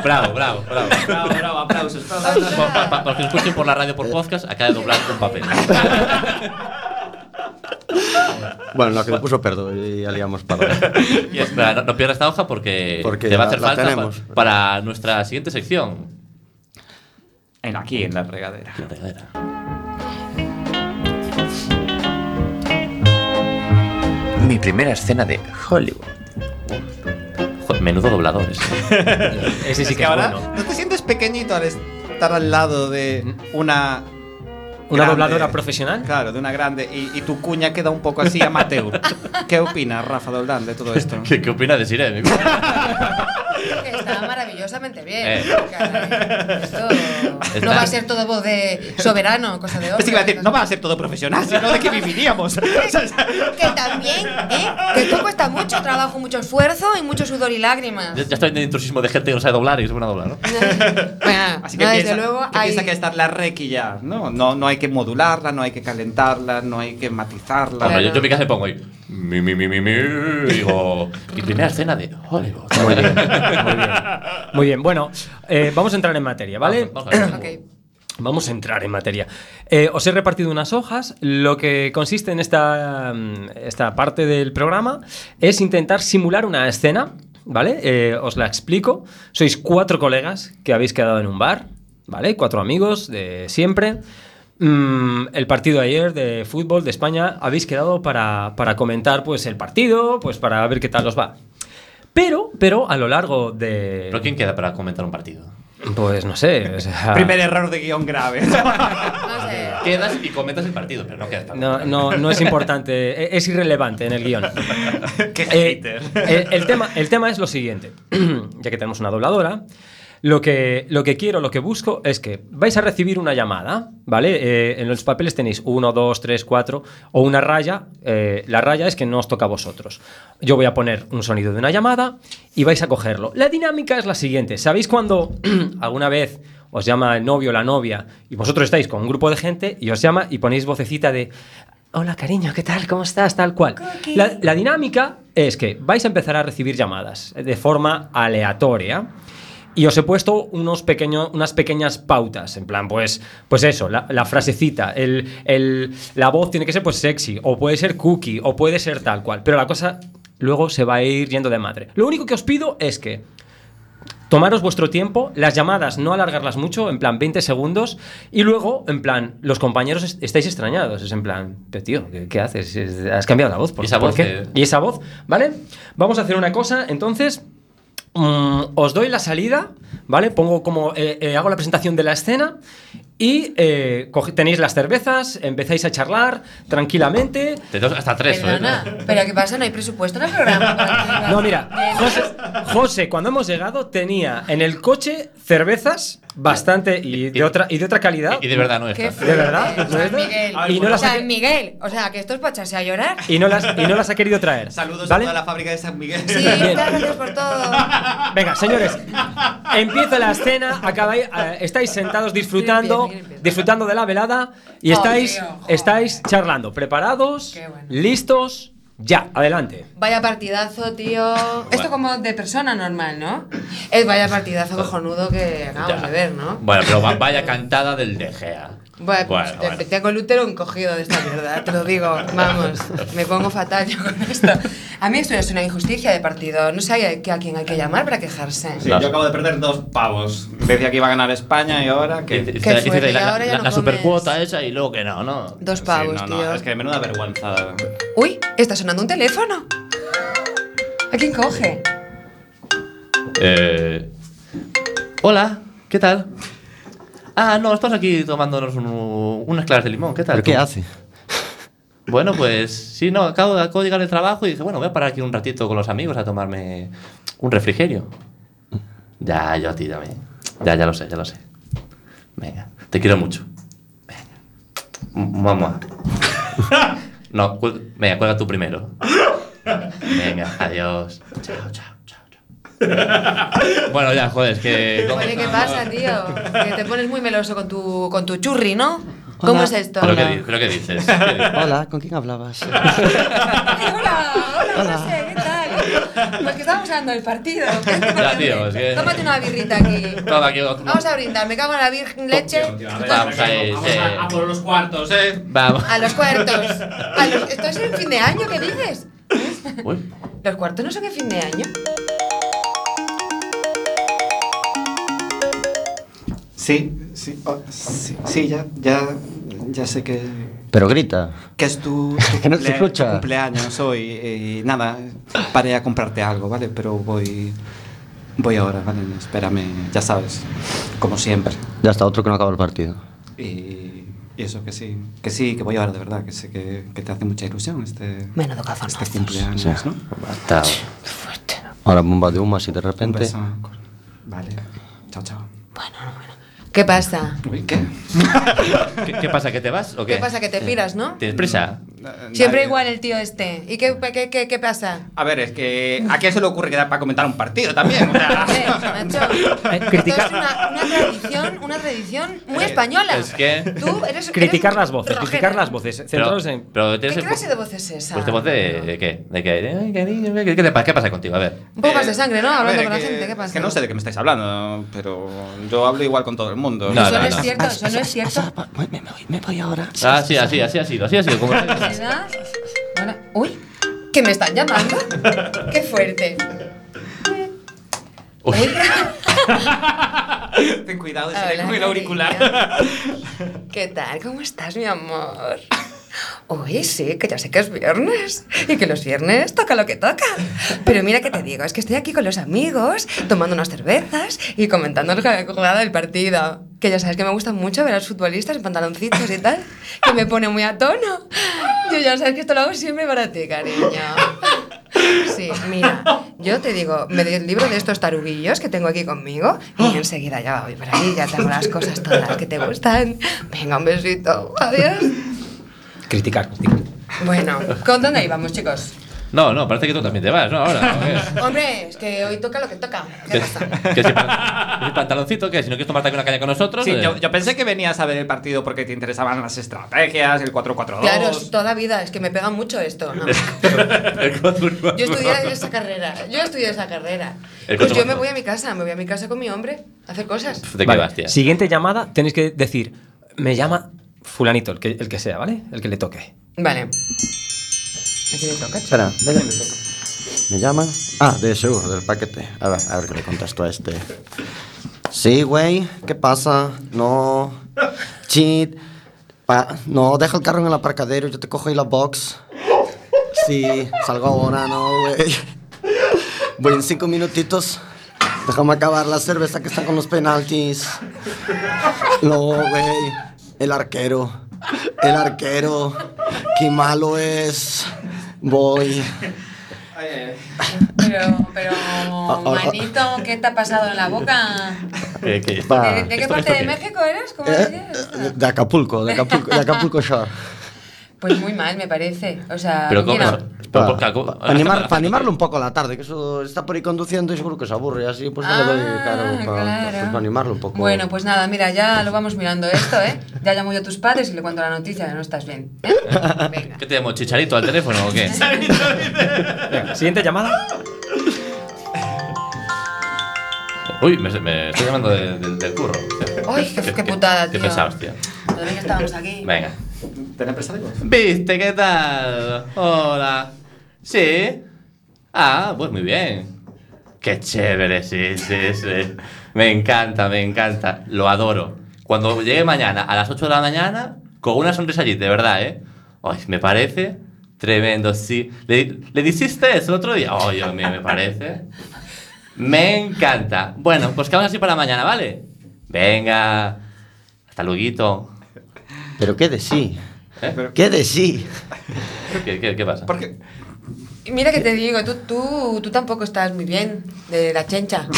[SPEAKER 4] Bravo, bravo, bravo.
[SPEAKER 6] Bravo, bravo, aplausos.
[SPEAKER 4] Pa- pa- pa- Para los que nos escuchen por la radio por podcast, acaba de doblar un papel.
[SPEAKER 8] bueno, lo que le puso perdón y ya liamos para.
[SPEAKER 4] Y espera, no, no pierdas esta hoja porque,
[SPEAKER 8] Pues Porque
[SPEAKER 4] te va a
[SPEAKER 8] la-
[SPEAKER 4] hacer
[SPEAKER 8] la
[SPEAKER 4] falta pa-
[SPEAKER 8] tenemos.
[SPEAKER 4] para nuestra siguiente sección.
[SPEAKER 6] En- Aquí, en la regadera.
[SPEAKER 4] La regadera.
[SPEAKER 2] Mi primera escena de Hollywood.
[SPEAKER 4] Joder, menudo dobladores.
[SPEAKER 5] Ese sí
[SPEAKER 6] Es
[SPEAKER 5] que
[SPEAKER 6] que
[SPEAKER 5] es
[SPEAKER 6] ahora
[SPEAKER 5] bueno.
[SPEAKER 6] no te sientes pequeñito al estar al lado de Mm. una
[SPEAKER 5] Una
[SPEAKER 6] grande.
[SPEAKER 5] dobladora profesional.
[SPEAKER 6] Claro, de una grande. Y, y tu cuña queda un poco así amateur. ¿Qué opina Rafa Doldán de todo esto?
[SPEAKER 4] ¿Qué, qué opina de Sirene?
[SPEAKER 7] Que Está maravillosamente bien.
[SPEAKER 4] Eh.
[SPEAKER 7] Caray, esto
[SPEAKER 4] Está-
[SPEAKER 7] no va a ser todo voz de soberano, cosa de oro.
[SPEAKER 6] Pensé que iba a decir, no va a ser todo profesional, sino de qué viviríamos.
[SPEAKER 7] Que también, ¿eh? Que esto cuesta mucho trabajo, mucho esfuerzo y mucho sudor y lágrimas.
[SPEAKER 4] Ya, ya está en el intrusismo de gente que no sabe doblar y se pone a doblar, ¿no?
[SPEAKER 7] Bueno,
[SPEAKER 6] Así que
[SPEAKER 7] no,
[SPEAKER 6] piensa,
[SPEAKER 7] desde luego
[SPEAKER 6] que,
[SPEAKER 7] hay...
[SPEAKER 6] piensa que está la requi ya, ¿no? ¿no? No hay que modularla, no hay que calentarla, no hay que matizarla.
[SPEAKER 4] Hombre, yo,
[SPEAKER 7] Claro.
[SPEAKER 4] yo en mi casa me pongo ahí. Mi, mi, mi, mi, mi. y Digo. Y primera escena de Hollywood.
[SPEAKER 8] Muy bien.
[SPEAKER 5] Muy bien, bueno, eh, vamos a entrar en materia, ¿vale?
[SPEAKER 4] Vamos, vamos a ver.
[SPEAKER 7] Ok.
[SPEAKER 5] Vamos a entrar en materia. Eh, os he repartido unas hojas. Lo que consiste en esta, mm, esta parte del programa es intentar simular una escena, ¿vale? Eh, os la explico. Sois cuatro colegas que habéis quedado en un bar, ¿vale? Cuatro amigos de siempre. Mm, el partido de ayer de fútbol de España habéis quedado para, para comentar pues el partido, pues para ver qué tal os va. Pero, pero a lo largo de...
[SPEAKER 4] ¿Pero quién queda para comentar un partido?
[SPEAKER 5] Pues no sé. o sea-
[SPEAKER 6] Primer error de guión grave.
[SPEAKER 7] No sé.
[SPEAKER 4] Quedas y comentas el partido, pero no quedas para
[SPEAKER 5] No, no, no es importante, e- es irrelevante en el guión.
[SPEAKER 6] Qué
[SPEAKER 5] Eh,
[SPEAKER 6] hater.
[SPEAKER 5] el, el tema, el tema es lo siguiente, ya que tenemos una dobladora, lo que, lo que quiero, lo que busco es que vais a recibir una llamada, ¿vale? Eh, en los papeles tenéis uno, dos, tres, cuatro o una raya, eh, la raya es que no os toca a vosotros. Yo voy a poner un sonido de una llamada y vais a cogerlo. La dinámica es la siguiente, ¿sabéis cuando alguna vez os llama el novio o la novia y vosotros estáis con un grupo de gente y os llama y ponéis vocecita de... Hola cariño, ¿qué tal? ¿Cómo estás? Tal cual.
[SPEAKER 9] Cookie.
[SPEAKER 5] La, la dinámica es que vais a empezar a recibir llamadas eh, de forma aleatoria y os he puesto unos pequeño- unas pequeñas pautas, en plan, pues, pues eso, la, la frasecita, el, el- la voz tiene que ser pues sexy, o puede ser cookie, o puede ser tal cual, pero la cosa luego se va a ir yendo de madre. Lo único que os pido es que Tomaros vuestro tiempo, las llamadas no alargarlas mucho, en plan 20 segundos, y luego, en plan, los compañeros est- estáis extrañados, es en plan, pero tío, ¿qué, qué haces? Es- Has cambiado la voz, ¿por,
[SPEAKER 4] Y esa
[SPEAKER 5] ¿por
[SPEAKER 4] voz
[SPEAKER 5] qué?
[SPEAKER 4] de-
[SPEAKER 5] Y esa voz, ¿vale? Vamos a hacer una cosa, entonces, mm, os doy la salida, ¿vale? Pongo como, eh, eh, hago la presentación de la escena y eh, coge- tenéis las cervezas, empezáis a charlar tranquilamente.
[SPEAKER 4] De dos hasta tres, ¿eh?
[SPEAKER 7] Perdona, pero ¿qué pasa? No hay presupuesto en el programa. para que-
[SPEAKER 5] No, mira,
[SPEAKER 7] Eh,
[SPEAKER 5] José, José, cuando hemos llegado tenía en el coche cervezas bastante y de otra y de otra calidad.
[SPEAKER 4] Y, y de verdad no
[SPEAKER 7] qué
[SPEAKER 4] está.
[SPEAKER 7] fuerte,
[SPEAKER 5] verdad? ¿De
[SPEAKER 7] San
[SPEAKER 5] verdad?
[SPEAKER 7] Miguel.
[SPEAKER 5] Y no las-
[SPEAKER 7] San Miguel. O sea, que esto es para echarse a llorar.
[SPEAKER 5] Y no las y no las ha querido traer.
[SPEAKER 6] Saludos
[SPEAKER 5] ¿vale?
[SPEAKER 6] a toda la fábrica de San Miguel.
[SPEAKER 7] Sí,
[SPEAKER 5] Bien.
[SPEAKER 7] muchas gracias por todo.
[SPEAKER 5] Venga, señores, empieza la escena, acabáis, eh, estáis sentados disfrutando,
[SPEAKER 7] Bien, bien, bien.
[SPEAKER 5] disfrutando de la velada y
[SPEAKER 7] Oh,
[SPEAKER 5] estáis
[SPEAKER 7] tío, joder.
[SPEAKER 5] estáis charlando, preparados,
[SPEAKER 7] Qué bueno.
[SPEAKER 5] listos, ya, adelante.
[SPEAKER 7] Vaya partidazo, tío. Esto como de persona normal, ¿no? Es vaya partidazo cojonudo que acabamos
[SPEAKER 4] Ya.
[SPEAKER 7] de ver, ¿no?
[SPEAKER 4] Bueno, pero va- vaya cantada del De Gea.
[SPEAKER 7] Bueno, pues
[SPEAKER 4] Bueno,
[SPEAKER 7] te-
[SPEAKER 4] bueno.
[SPEAKER 7] tengo el útero encogido de esta mierda, te lo digo. Vamos, me pongo fatal yo con esto. A mí esto es una injusticia de partido. No sé a, qué- a quién hay que llamar para quejarse.
[SPEAKER 6] Sí, yo acabo de perder dos pavos. Decía que iba a ganar España y ahora
[SPEAKER 4] Y- y-
[SPEAKER 6] que.
[SPEAKER 4] y-
[SPEAKER 7] fuerte,
[SPEAKER 4] y- y- y-
[SPEAKER 7] y
[SPEAKER 4] la,
[SPEAKER 7] ahora ya
[SPEAKER 4] la-
[SPEAKER 7] no
[SPEAKER 4] la
[SPEAKER 7] comes.
[SPEAKER 4] supercuota esa y luego que no, ¿no?
[SPEAKER 7] Dos
[SPEAKER 6] Sí,
[SPEAKER 7] pavos,
[SPEAKER 6] no, no,
[SPEAKER 7] tío.
[SPEAKER 6] es que menuda vergüenza.
[SPEAKER 7] Uy, está sonando un teléfono. ¿A quién coge?
[SPEAKER 4] Eh, Hola, ¿qué tal? Ah, no, estamos aquí tomándonos un- unas claras de limón, ¿qué tal?
[SPEAKER 8] ¿Pero qué
[SPEAKER 4] tú?
[SPEAKER 8] hace?
[SPEAKER 4] Bueno, pues sí, no, acabo, acabo de llegar del trabajo y dije, bueno, voy a parar aquí un ratito con los amigos a tomarme un refrigerio. Ya, yo a ti también. Ya, ya lo sé, ya lo sé. Venga, te quiero mucho. Venga. M- Vamos. a- No, cuel- venga, cuelga tú primero. Venga, adiós. Chao, chao, chao. chao. Bueno, ya, joder, es que.
[SPEAKER 7] Oye, ¿qué pasa, tío? Que te pones muy meloso con tu, con tu churri, ¿no? ¿Cómo
[SPEAKER 8] Hola.
[SPEAKER 7] es esto?
[SPEAKER 4] ¿Pero qué, di- pero qué dices? ¿Qué dices?
[SPEAKER 8] Hola, ¿con quién hablabas?
[SPEAKER 7] Hola, hola, José, ¿qué tal? Pues que estamos hablando del partido.
[SPEAKER 4] Ya, tío, es que-
[SPEAKER 7] Tómate una birrita aquí.
[SPEAKER 4] Toma, aquí otro.
[SPEAKER 7] Vamos a brindar, me cago en la virgen leche.
[SPEAKER 4] Vamos ahí, sí.
[SPEAKER 6] por los cuartos, eh.
[SPEAKER 4] Vamos.
[SPEAKER 7] A los cuartos. A los- Esto es el fin de año, ¿qué dices? ¿Eh?
[SPEAKER 4] Uy.
[SPEAKER 7] ¿Los cuartos no son el fin de año?
[SPEAKER 6] Sí, sí, oh, sí, sí, ya, ya, ya sé que,
[SPEAKER 8] Pero grita.
[SPEAKER 6] que es tu, tu
[SPEAKER 8] Que no se escucha.
[SPEAKER 6] tu cumpleaños hoy eh, y nada, paré a comprarte algo, ¿vale? Pero voy, voy ahora, ¿vale? Espérame, ya sabes, como siempre.
[SPEAKER 8] Ya está, otro que no acaba el partido.
[SPEAKER 6] Y Y eso, que sí, que sí, que voy a llevar de verdad, que sé que, que te hace mucha ilusión este,
[SPEAKER 9] Menudo cafonazos.
[SPEAKER 6] este cumpleaños,
[SPEAKER 8] Sí.
[SPEAKER 6] ¿no?
[SPEAKER 8] Hasta- Ahora bomba de humo así de
[SPEAKER 6] Un
[SPEAKER 8] repente.
[SPEAKER 6] beso. Vale. Chao, chao.
[SPEAKER 7] ¿Qué pasa?
[SPEAKER 6] Uy, ¿qué?
[SPEAKER 4] ¿Qué, qué pasa? ¿Que te vas o qué?
[SPEAKER 7] ¿Qué pasa? Que te piras, ¿no?
[SPEAKER 4] ¿Tienes prisa?
[SPEAKER 6] Mm,
[SPEAKER 7] Siempre
[SPEAKER 6] Nadie-
[SPEAKER 7] igual el tío este. ¿Y qué, qué, qué, qué pasa?
[SPEAKER 6] A ver, es que ¿a quién se le ocurre quedar para comentar un partido también? O sea,
[SPEAKER 7] Eh, macho, esto
[SPEAKER 5] criticar-
[SPEAKER 7] es una, una tradición, una tradición muy española.
[SPEAKER 4] es que-
[SPEAKER 7] Tú eres...
[SPEAKER 5] Criticar
[SPEAKER 7] eres
[SPEAKER 5] las voces,
[SPEAKER 7] rojera.
[SPEAKER 5] criticar las voces.
[SPEAKER 4] Pero,
[SPEAKER 5] Centraros en.
[SPEAKER 4] pero
[SPEAKER 7] ¿Qué
[SPEAKER 4] tienes el-
[SPEAKER 7] clase de voz es esa?
[SPEAKER 4] Pues te voz de, de qué? ¿De qué? Ay, cariño, ¿qué, qué te pasa? ¿Qué pasa contigo? A ver.
[SPEAKER 7] Un poco más de
[SPEAKER 6] eh,
[SPEAKER 7] sangre, ¿no?
[SPEAKER 6] a
[SPEAKER 7] Hablando
[SPEAKER 6] ver,
[SPEAKER 7] con la
[SPEAKER 6] que-
[SPEAKER 7] gente, ¿qué pasa?
[SPEAKER 6] Que no sé de qué me estáis hablando, pero yo hablo igual con todo el mundo.
[SPEAKER 4] No,
[SPEAKER 7] eso no,
[SPEAKER 4] no,
[SPEAKER 7] es
[SPEAKER 4] no.
[SPEAKER 7] cierto, eso no es cierto.
[SPEAKER 8] Me, me voy, me voy ahora.
[SPEAKER 4] Ah, sí, así, así ha sido, así ha sido. Como...
[SPEAKER 7] ¿Verdad? Bueno, uy, que me están llamando. Qué fuerte.
[SPEAKER 4] Uy.
[SPEAKER 6] Ten cuidado,
[SPEAKER 7] se le Hola, coge el auricular. ¿Qué tal? ¿Cómo estás, mi amor? Uy, sí, que ya sé que es viernes y que los viernes toca lo que toca. Pero mira que te digo, es que estoy aquí con los amigos, tomando unas cervezas y comentando la jugada del partido. Que ya sabes que me gusta mucho ver a los futbolistas en pantaloncitos y tal, que me pone muy a tono. Yo ya sabes que esto lo hago siempre para ti, cariño. Sí, mira, yo te digo, me doy el libro de estos taruguillos que tengo aquí conmigo y enseguida ya voy por ahí, ya tengo las cosas todas las que te gustan. Venga, un besito. Adiós.
[SPEAKER 5] Criticar, criticar.
[SPEAKER 7] Bueno, ¿con dónde íbamos, chicos?
[SPEAKER 4] No, no, parece que tú también te vas, ¿no? Ahora. ¿o qué?
[SPEAKER 7] Hombre, es que hoy toca lo que toca. ¿Qué
[SPEAKER 4] Que,
[SPEAKER 7] pasa?
[SPEAKER 4] que si, pan- que si pantaloncito, que si no quieres tomarte aquí una caña con nosotros.
[SPEAKER 6] Sí,
[SPEAKER 4] eh,
[SPEAKER 6] yo, yo pensé que venías a ver el partido porque te interesaban las estrategias, el 4-4-2.
[SPEAKER 7] Claro, es toda vida, es que me pega mucho esto. ¿no?
[SPEAKER 4] el cuatro-
[SPEAKER 7] Yo estudié esa carrera, yo estudié esa carrera.
[SPEAKER 4] El
[SPEAKER 7] Pues yo
[SPEAKER 4] cuatro-
[SPEAKER 7] me voy a mi casa, me voy a mi casa con mi hombre a hacer cosas.
[SPEAKER 4] ¿De qué
[SPEAKER 5] Vale,
[SPEAKER 4] vas, tía?
[SPEAKER 5] Siguiente llamada, tenéis que decir, me llama fulanito, el que, el que sea, ¿vale? El que le toque.
[SPEAKER 7] Vale. ¿A quién le toca?
[SPEAKER 8] Espera, dale. ¿Me llama? Ah, de seguro, del paquete. A ver, a ver qué le contesto a este. Sí, güey, ¿qué pasa? No. Chit. Pa- no, deja el carro en el aparcadero, yo te cojo y la box. Sí, salgo ahora, no, güey. Voy en cinco minutitos. Déjame acabar la cerveza que está con los penaltis. No, güey. El arquero. El arquero. Qué malo es. Voy.
[SPEAKER 7] Pero, pero, manito, ¿qué te ha pasado en la boca?
[SPEAKER 4] Que- que-
[SPEAKER 8] Va.
[SPEAKER 7] ¿De, de qué
[SPEAKER 4] Esto- esto
[SPEAKER 7] parte de
[SPEAKER 4] qué?
[SPEAKER 7] México eres? ¿Cómo
[SPEAKER 8] Eh,
[SPEAKER 7] decías?
[SPEAKER 8] de- De Acapulco, de Acapulco, de Acapulco Shore.
[SPEAKER 7] Pues muy mal, me parece. O sea,
[SPEAKER 4] Pero cómo.
[SPEAKER 7] mira,
[SPEAKER 4] pero
[SPEAKER 8] Para
[SPEAKER 4] por qué algo-
[SPEAKER 8] animar, pa animarlo un poco a la tarde, que eso está por ahí conduciendo y seguro que se aburre, así pues no le doy claro,
[SPEAKER 7] Ah,
[SPEAKER 8] pa-
[SPEAKER 7] claro.
[SPEAKER 8] pues, pa animarlo un poco.
[SPEAKER 7] Bueno, pues nada, mira, ya lo vamos mirando esto, ¿eh? Ya llamo yo a tus padres y le cuento la noticia de no estás bien. ¿eh? Venga.
[SPEAKER 4] ¿Qué te llamo? ¿Chicharito al teléfono o qué?
[SPEAKER 5] Venga, siguiente llamada.
[SPEAKER 4] Uy, me, me estoy llamando de- de- del curro.
[SPEAKER 7] Uy, qué- qué putada,
[SPEAKER 4] Qué
[SPEAKER 7] tío.
[SPEAKER 4] pesados, tío.
[SPEAKER 7] Todavía que estábamos aquí.
[SPEAKER 4] Venga.
[SPEAKER 6] ¿Tenés presa de
[SPEAKER 4] ¿Viste qué tal? Hola. ¿Sí? Ah, pues muy bien. Qué chévere, sí, sí, sí. Me encanta, me encanta. Lo adoro. Cuando llegue mañana a las 8 de la mañana, con una sonrisa allí, de verdad, ¿eh? Ay, me parece tremendo, sí. ¿Le, le dijiste eso el otro día? Ay, Dios mío, me parece. Me encanta. Bueno, pues quedamos así para mañana, ¿vale? Venga. Hasta luego.
[SPEAKER 8] Pero qué de sí,
[SPEAKER 4] ¿Eh?
[SPEAKER 8] qué de sí.
[SPEAKER 4] ¿Qué, qué, qué pasa?
[SPEAKER 6] Porque
[SPEAKER 7] Y Mira que te digo, tú, tú, tú tampoco estás muy bien de la chencha.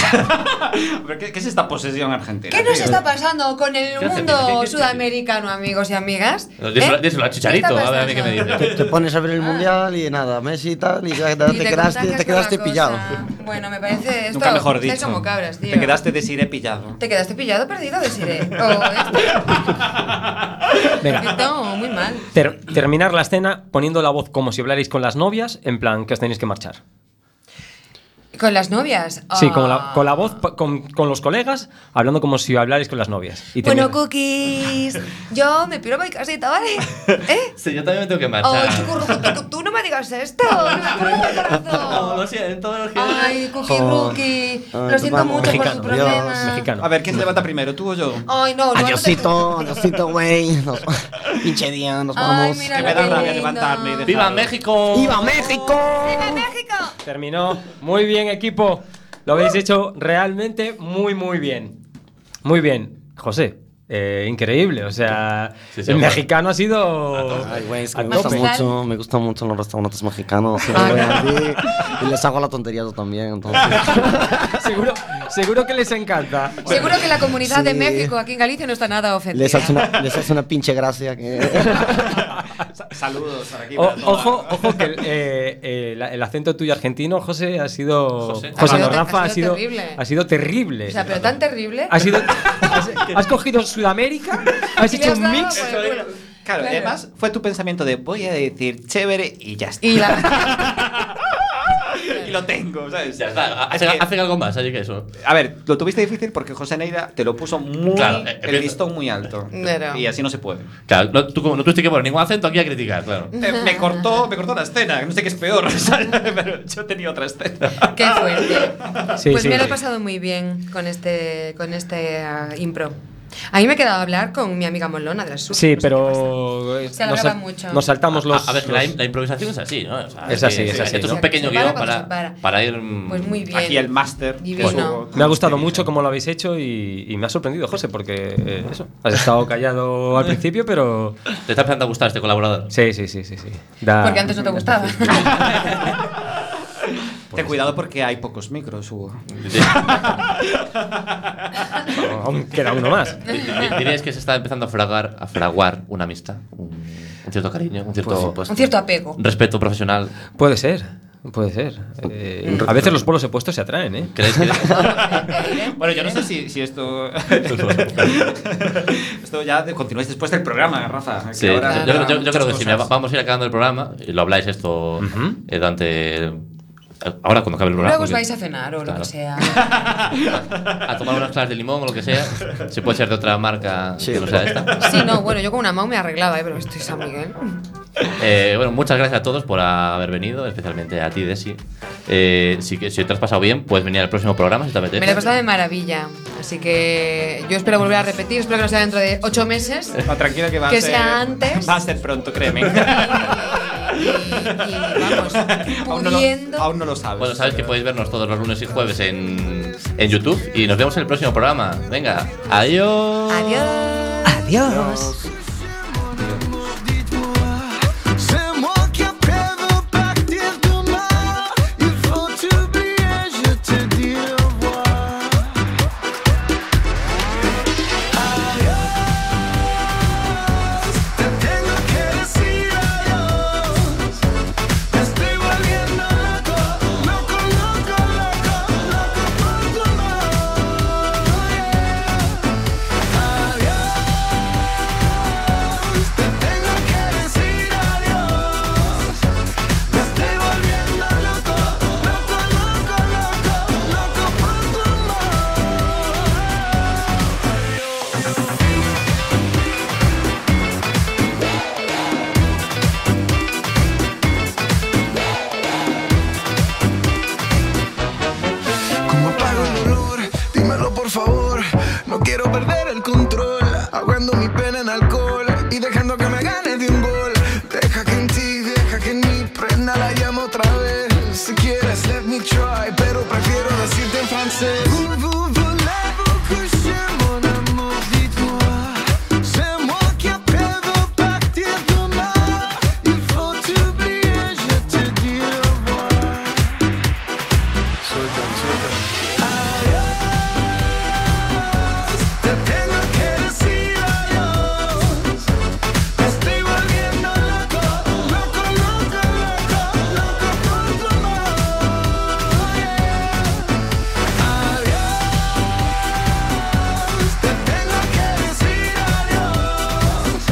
[SPEAKER 6] ¿Pero ¿Qué, qué es esta posesión argentina?
[SPEAKER 7] ¿Qué nos
[SPEAKER 6] tío?
[SPEAKER 7] está pasando con el
[SPEAKER 4] ¿Qué hace? ¿Qué- qué-
[SPEAKER 7] mundo
[SPEAKER 4] qué-
[SPEAKER 7] sudamericano, amigos y amigas? ¿Eh?
[SPEAKER 4] No, díselo- díselo a Chicharito,
[SPEAKER 7] está
[SPEAKER 4] a ver a mí qué me
[SPEAKER 7] pasando?
[SPEAKER 4] dice.
[SPEAKER 8] Te, te pones a ver el mundial y nada, Messi y tal, y ya
[SPEAKER 7] Ah. Y
[SPEAKER 8] te, quedaste,
[SPEAKER 7] contagias
[SPEAKER 8] te quedaste
[SPEAKER 7] con la
[SPEAKER 8] pillado.
[SPEAKER 7] cosa. Bueno, me parece esto.
[SPEAKER 6] Nunca mejor
[SPEAKER 7] estáis
[SPEAKER 6] dicho.
[SPEAKER 7] como cabras, tío.
[SPEAKER 6] Te quedaste de siré pillado.
[SPEAKER 7] ¿Te quedaste pillado, perdido, deciré. O esto.
[SPEAKER 5] Venga.
[SPEAKER 7] No, muy mal.
[SPEAKER 5] Ter- terminar la escena poniendo la voz como si hablarais con las novias, en plan que os tenéis que marchar.
[SPEAKER 7] ¿Con las novias?
[SPEAKER 5] Sí,
[SPEAKER 7] Ah.
[SPEAKER 5] con la, con la voz, pa- con, con los colegas, hablando como si hablarais con las novias. Y
[SPEAKER 7] Bueno,
[SPEAKER 5] termina.
[SPEAKER 7] cookies. Yo me piro a mi casita, ¿vale? ¿Eh?
[SPEAKER 4] Sí, yo también me tengo que
[SPEAKER 7] Oh,
[SPEAKER 4] marchar.
[SPEAKER 7] chico, tú no me digas esto. No me acuerdo del corazón.
[SPEAKER 4] no, lo siento, lo siento.
[SPEAKER 7] Ay, Cookie
[SPEAKER 8] Joder.
[SPEAKER 7] Rookie.
[SPEAKER 8] Ay,
[SPEAKER 7] Lo siento
[SPEAKER 8] vamos.
[SPEAKER 7] mucho por
[SPEAKER 8] Mexicano,
[SPEAKER 7] su
[SPEAKER 8] Dios,
[SPEAKER 7] problema.
[SPEAKER 5] mexicano.
[SPEAKER 6] A ver, ¿quién se levanta primero, tú o yo?
[SPEAKER 7] Ay, no, no.
[SPEAKER 8] Adiosito, adiosito, güey. nos- Pinche día, nos
[SPEAKER 7] Ay,
[SPEAKER 8] vamos.
[SPEAKER 7] mira,
[SPEAKER 6] Que me da
[SPEAKER 7] qué
[SPEAKER 6] rabia
[SPEAKER 7] lindo.
[SPEAKER 6] levantarme y dejar-
[SPEAKER 4] ¡Viva México!
[SPEAKER 8] ¡Viva México!
[SPEAKER 7] ¡Viva México!
[SPEAKER 5] Terminó. Muy bien,
[SPEAKER 7] Uh.
[SPEAKER 5] equipo. Lo habéis hecho realmente muy, muy bien. Muy bien. José, eh, increíble. O sea,
[SPEAKER 4] Sí, sí,
[SPEAKER 5] el
[SPEAKER 4] bueno.
[SPEAKER 5] mexicano ha sido.
[SPEAKER 8] Ay, güey, es que
[SPEAKER 5] a
[SPEAKER 8] me gusta
[SPEAKER 5] tope.
[SPEAKER 8] mucho, me gustan mucho los restaurantes mexicanos. y voy allí y les hago la tontería yo también, entonces.
[SPEAKER 5] seguro, seguro que les encanta.
[SPEAKER 7] Seguro que la comunidad de
[SPEAKER 8] Sí.
[SPEAKER 7] México aquí en Galicia no está nada ofendida.
[SPEAKER 8] Les hace una, les hace una pinche gracia que...
[SPEAKER 6] Saludos por aquí.
[SPEAKER 5] O-
[SPEAKER 6] para todos.
[SPEAKER 5] ojo, ojo que el, eh, eh, la- el acento tuyo argentino, José, ha sido.
[SPEAKER 4] José.
[SPEAKER 5] José,
[SPEAKER 7] Ha sido
[SPEAKER 5] no,
[SPEAKER 7] te-
[SPEAKER 5] Rafa,
[SPEAKER 7] ha
[SPEAKER 5] ha
[SPEAKER 7] sido
[SPEAKER 5] sido,
[SPEAKER 7] terrible.
[SPEAKER 5] ha sido terrible.
[SPEAKER 7] O sea, pero tan terrible.
[SPEAKER 5] Ha sido- has, has cogido Sudamérica, has
[SPEAKER 7] Y le
[SPEAKER 5] hecho
[SPEAKER 7] has
[SPEAKER 5] un
[SPEAKER 7] dado
[SPEAKER 5] mix.
[SPEAKER 7] por el culo.
[SPEAKER 6] Claro, además fue tu pensamiento de voy a decir chévere y ya está.
[SPEAKER 7] Y la.
[SPEAKER 6] Y lo tengo, ¿sabes?
[SPEAKER 4] Ya está,
[SPEAKER 6] Es
[SPEAKER 4] hacen,
[SPEAKER 6] que-
[SPEAKER 4] hacen algo más allí que eso.
[SPEAKER 6] A ver, lo tuviste difícil porque José Neira te lo puso muy.
[SPEAKER 4] Claro, eh,
[SPEAKER 6] el
[SPEAKER 4] empieza-
[SPEAKER 6] listón muy alto.
[SPEAKER 7] Claro.
[SPEAKER 6] Y así no se puede.
[SPEAKER 4] Claro, no, tú como no tuviste que poner ningún acento aquí a criticar, claro.
[SPEAKER 7] Mm.
[SPEAKER 6] Eh, me, cortó, me cortó la escena, no sé qué es peor, ¿sabes? pero yo tenía otra escena.
[SPEAKER 7] Qué fuerte.
[SPEAKER 5] Sí,
[SPEAKER 7] pues
[SPEAKER 5] sí,
[SPEAKER 7] me lo he
[SPEAKER 5] sí.
[SPEAKER 7] pasado muy bien con este, con este ah, impro. A mí me he quedado a hablar con mi amiga Molona de la Sur.
[SPEAKER 5] Sí, pero. eh,
[SPEAKER 7] Se
[SPEAKER 5] nos,
[SPEAKER 7] hablaba
[SPEAKER 5] sal-
[SPEAKER 7] mucho.
[SPEAKER 5] nos saltamos los.
[SPEAKER 4] a, a ver, que la,
[SPEAKER 5] los-
[SPEAKER 4] la improvisación es así, ¿no? O sea,
[SPEAKER 5] Es así,
[SPEAKER 4] que-
[SPEAKER 5] es así.
[SPEAKER 4] Esto es un
[SPEAKER 7] Exacto,
[SPEAKER 4] pequeño
[SPEAKER 7] se
[SPEAKER 4] guión
[SPEAKER 7] para cuando
[SPEAKER 4] para,
[SPEAKER 7] se para.
[SPEAKER 4] para ir. mm,
[SPEAKER 7] Pues muy bien.
[SPEAKER 6] Aquí el máster.
[SPEAKER 7] Divino.
[SPEAKER 6] Eso-
[SPEAKER 5] Me ha gustado mucho cómo lo habéis hecho y, y me ha sorprendido, José, porque eh, eso. Has estado callado al principio, pero.
[SPEAKER 4] Te está empezando a gustar este colaborador.
[SPEAKER 5] Sí, sí, sí, sí. sí. Da-
[SPEAKER 7] Porque antes no te gustaba.
[SPEAKER 6] Ten cuidado porque hay pocos micros, Hugo.
[SPEAKER 4] Sí.
[SPEAKER 5] Aún queda uno más.
[SPEAKER 4] Di- di- ¿Dirías que se está empezando a fraguar, a fraguar una amistad? Un, un cierto cariño, un cierto
[SPEAKER 7] Un cierto apego.
[SPEAKER 4] respeto profesional.
[SPEAKER 5] Puede ser, puede ser. Eh, a veces los polos opuestos se atraen, ¿eh?
[SPEAKER 4] ¿Crees que.?
[SPEAKER 7] Eh,
[SPEAKER 6] Bueno, yo no sé si, si esto. esto ya de- continuáis después del programa, Rafa. que
[SPEAKER 4] Sí,
[SPEAKER 6] ahora
[SPEAKER 4] yo,
[SPEAKER 6] habrá
[SPEAKER 4] yo- yo
[SPEAKER 6] muchas
[SPEAKER 4] creo que sí.
[SPEAKER 6] cosas.
[SPEAKER 4] mira, va- vamos a ir acabando el programa y lo habláis esto eh, durante. el- Ahora, cuando acabe el programa.
[SPEAKER 7] Luego os
[SPEAKER 4] porque-
[SPEAKER 7] vais a cenar o lo
[SPEAKER 4] Claro.
[SPEAKER 7] que sea.
[SPEAKER 4] a tomar unas claras de limón o lo que sea. Si puede ser de otra marca
[SPEAKER 8] Sí,
[SPEAKER 4] que no sea esta.
[SPEAKER 7] Sí, no, bueno, yo con una mano me arreglaba, ¿eh? pero estoy San Miguel.
[SPEAKER 4] Eh, bueno, muchas gracias a todos por haber venido, especialmente a ti, Desi. Eh, si, que- si te has pasado bien, puedes venir al próximo programa si te apetece.
[SPEAKER 7] Me lo he pasado de maravilla. Así que yo espero volver a repetir. Espero que no sea dentro de ocho meses.
[SPEAKER 6] No, tranquila que va
[SPEAKER 7] Que
[SPEAKER 6] a ser.
[SPEAKER 7] sea antes.
[SPEAKER 6] Va a ser pronto, créeme.
[SPEAKER 7] Y, y- y vamos,
[SPEAKER 6] aún, no
[SPEAKER 7] pudiendo.
[SPEAKER 6] lo, aún no lo sabes.
[SPEAKER 4] Bueno, sabes que podéis vernos todos los lunes y jueves en, en YouTube y nos vemos en el próximo programa. Venga, adiós.
[SPEAKER 7] Adiós.
[SPEAKER 10] ¿Cómo apago el dolor? Dímelo por favor. No quiero perder el control. Ahogando mi pena en alcohol y dejando que me gane de un gol. Deja que en ti, deja que en mí prenda la llama otra vez. Si quieres, let me try, pero prefiero decirte en francés. Vous, vous voulez-vous coucher, mon amour? Dites-moi. C'est moi qui après veux partir demain. Il faut t'oublier, je te dis au revoir. Te tengo que decir adiós. Me estoy volviendo loco, loco, loco, loco, loco por tu amor. Adiós. Te tengo que decir adiós.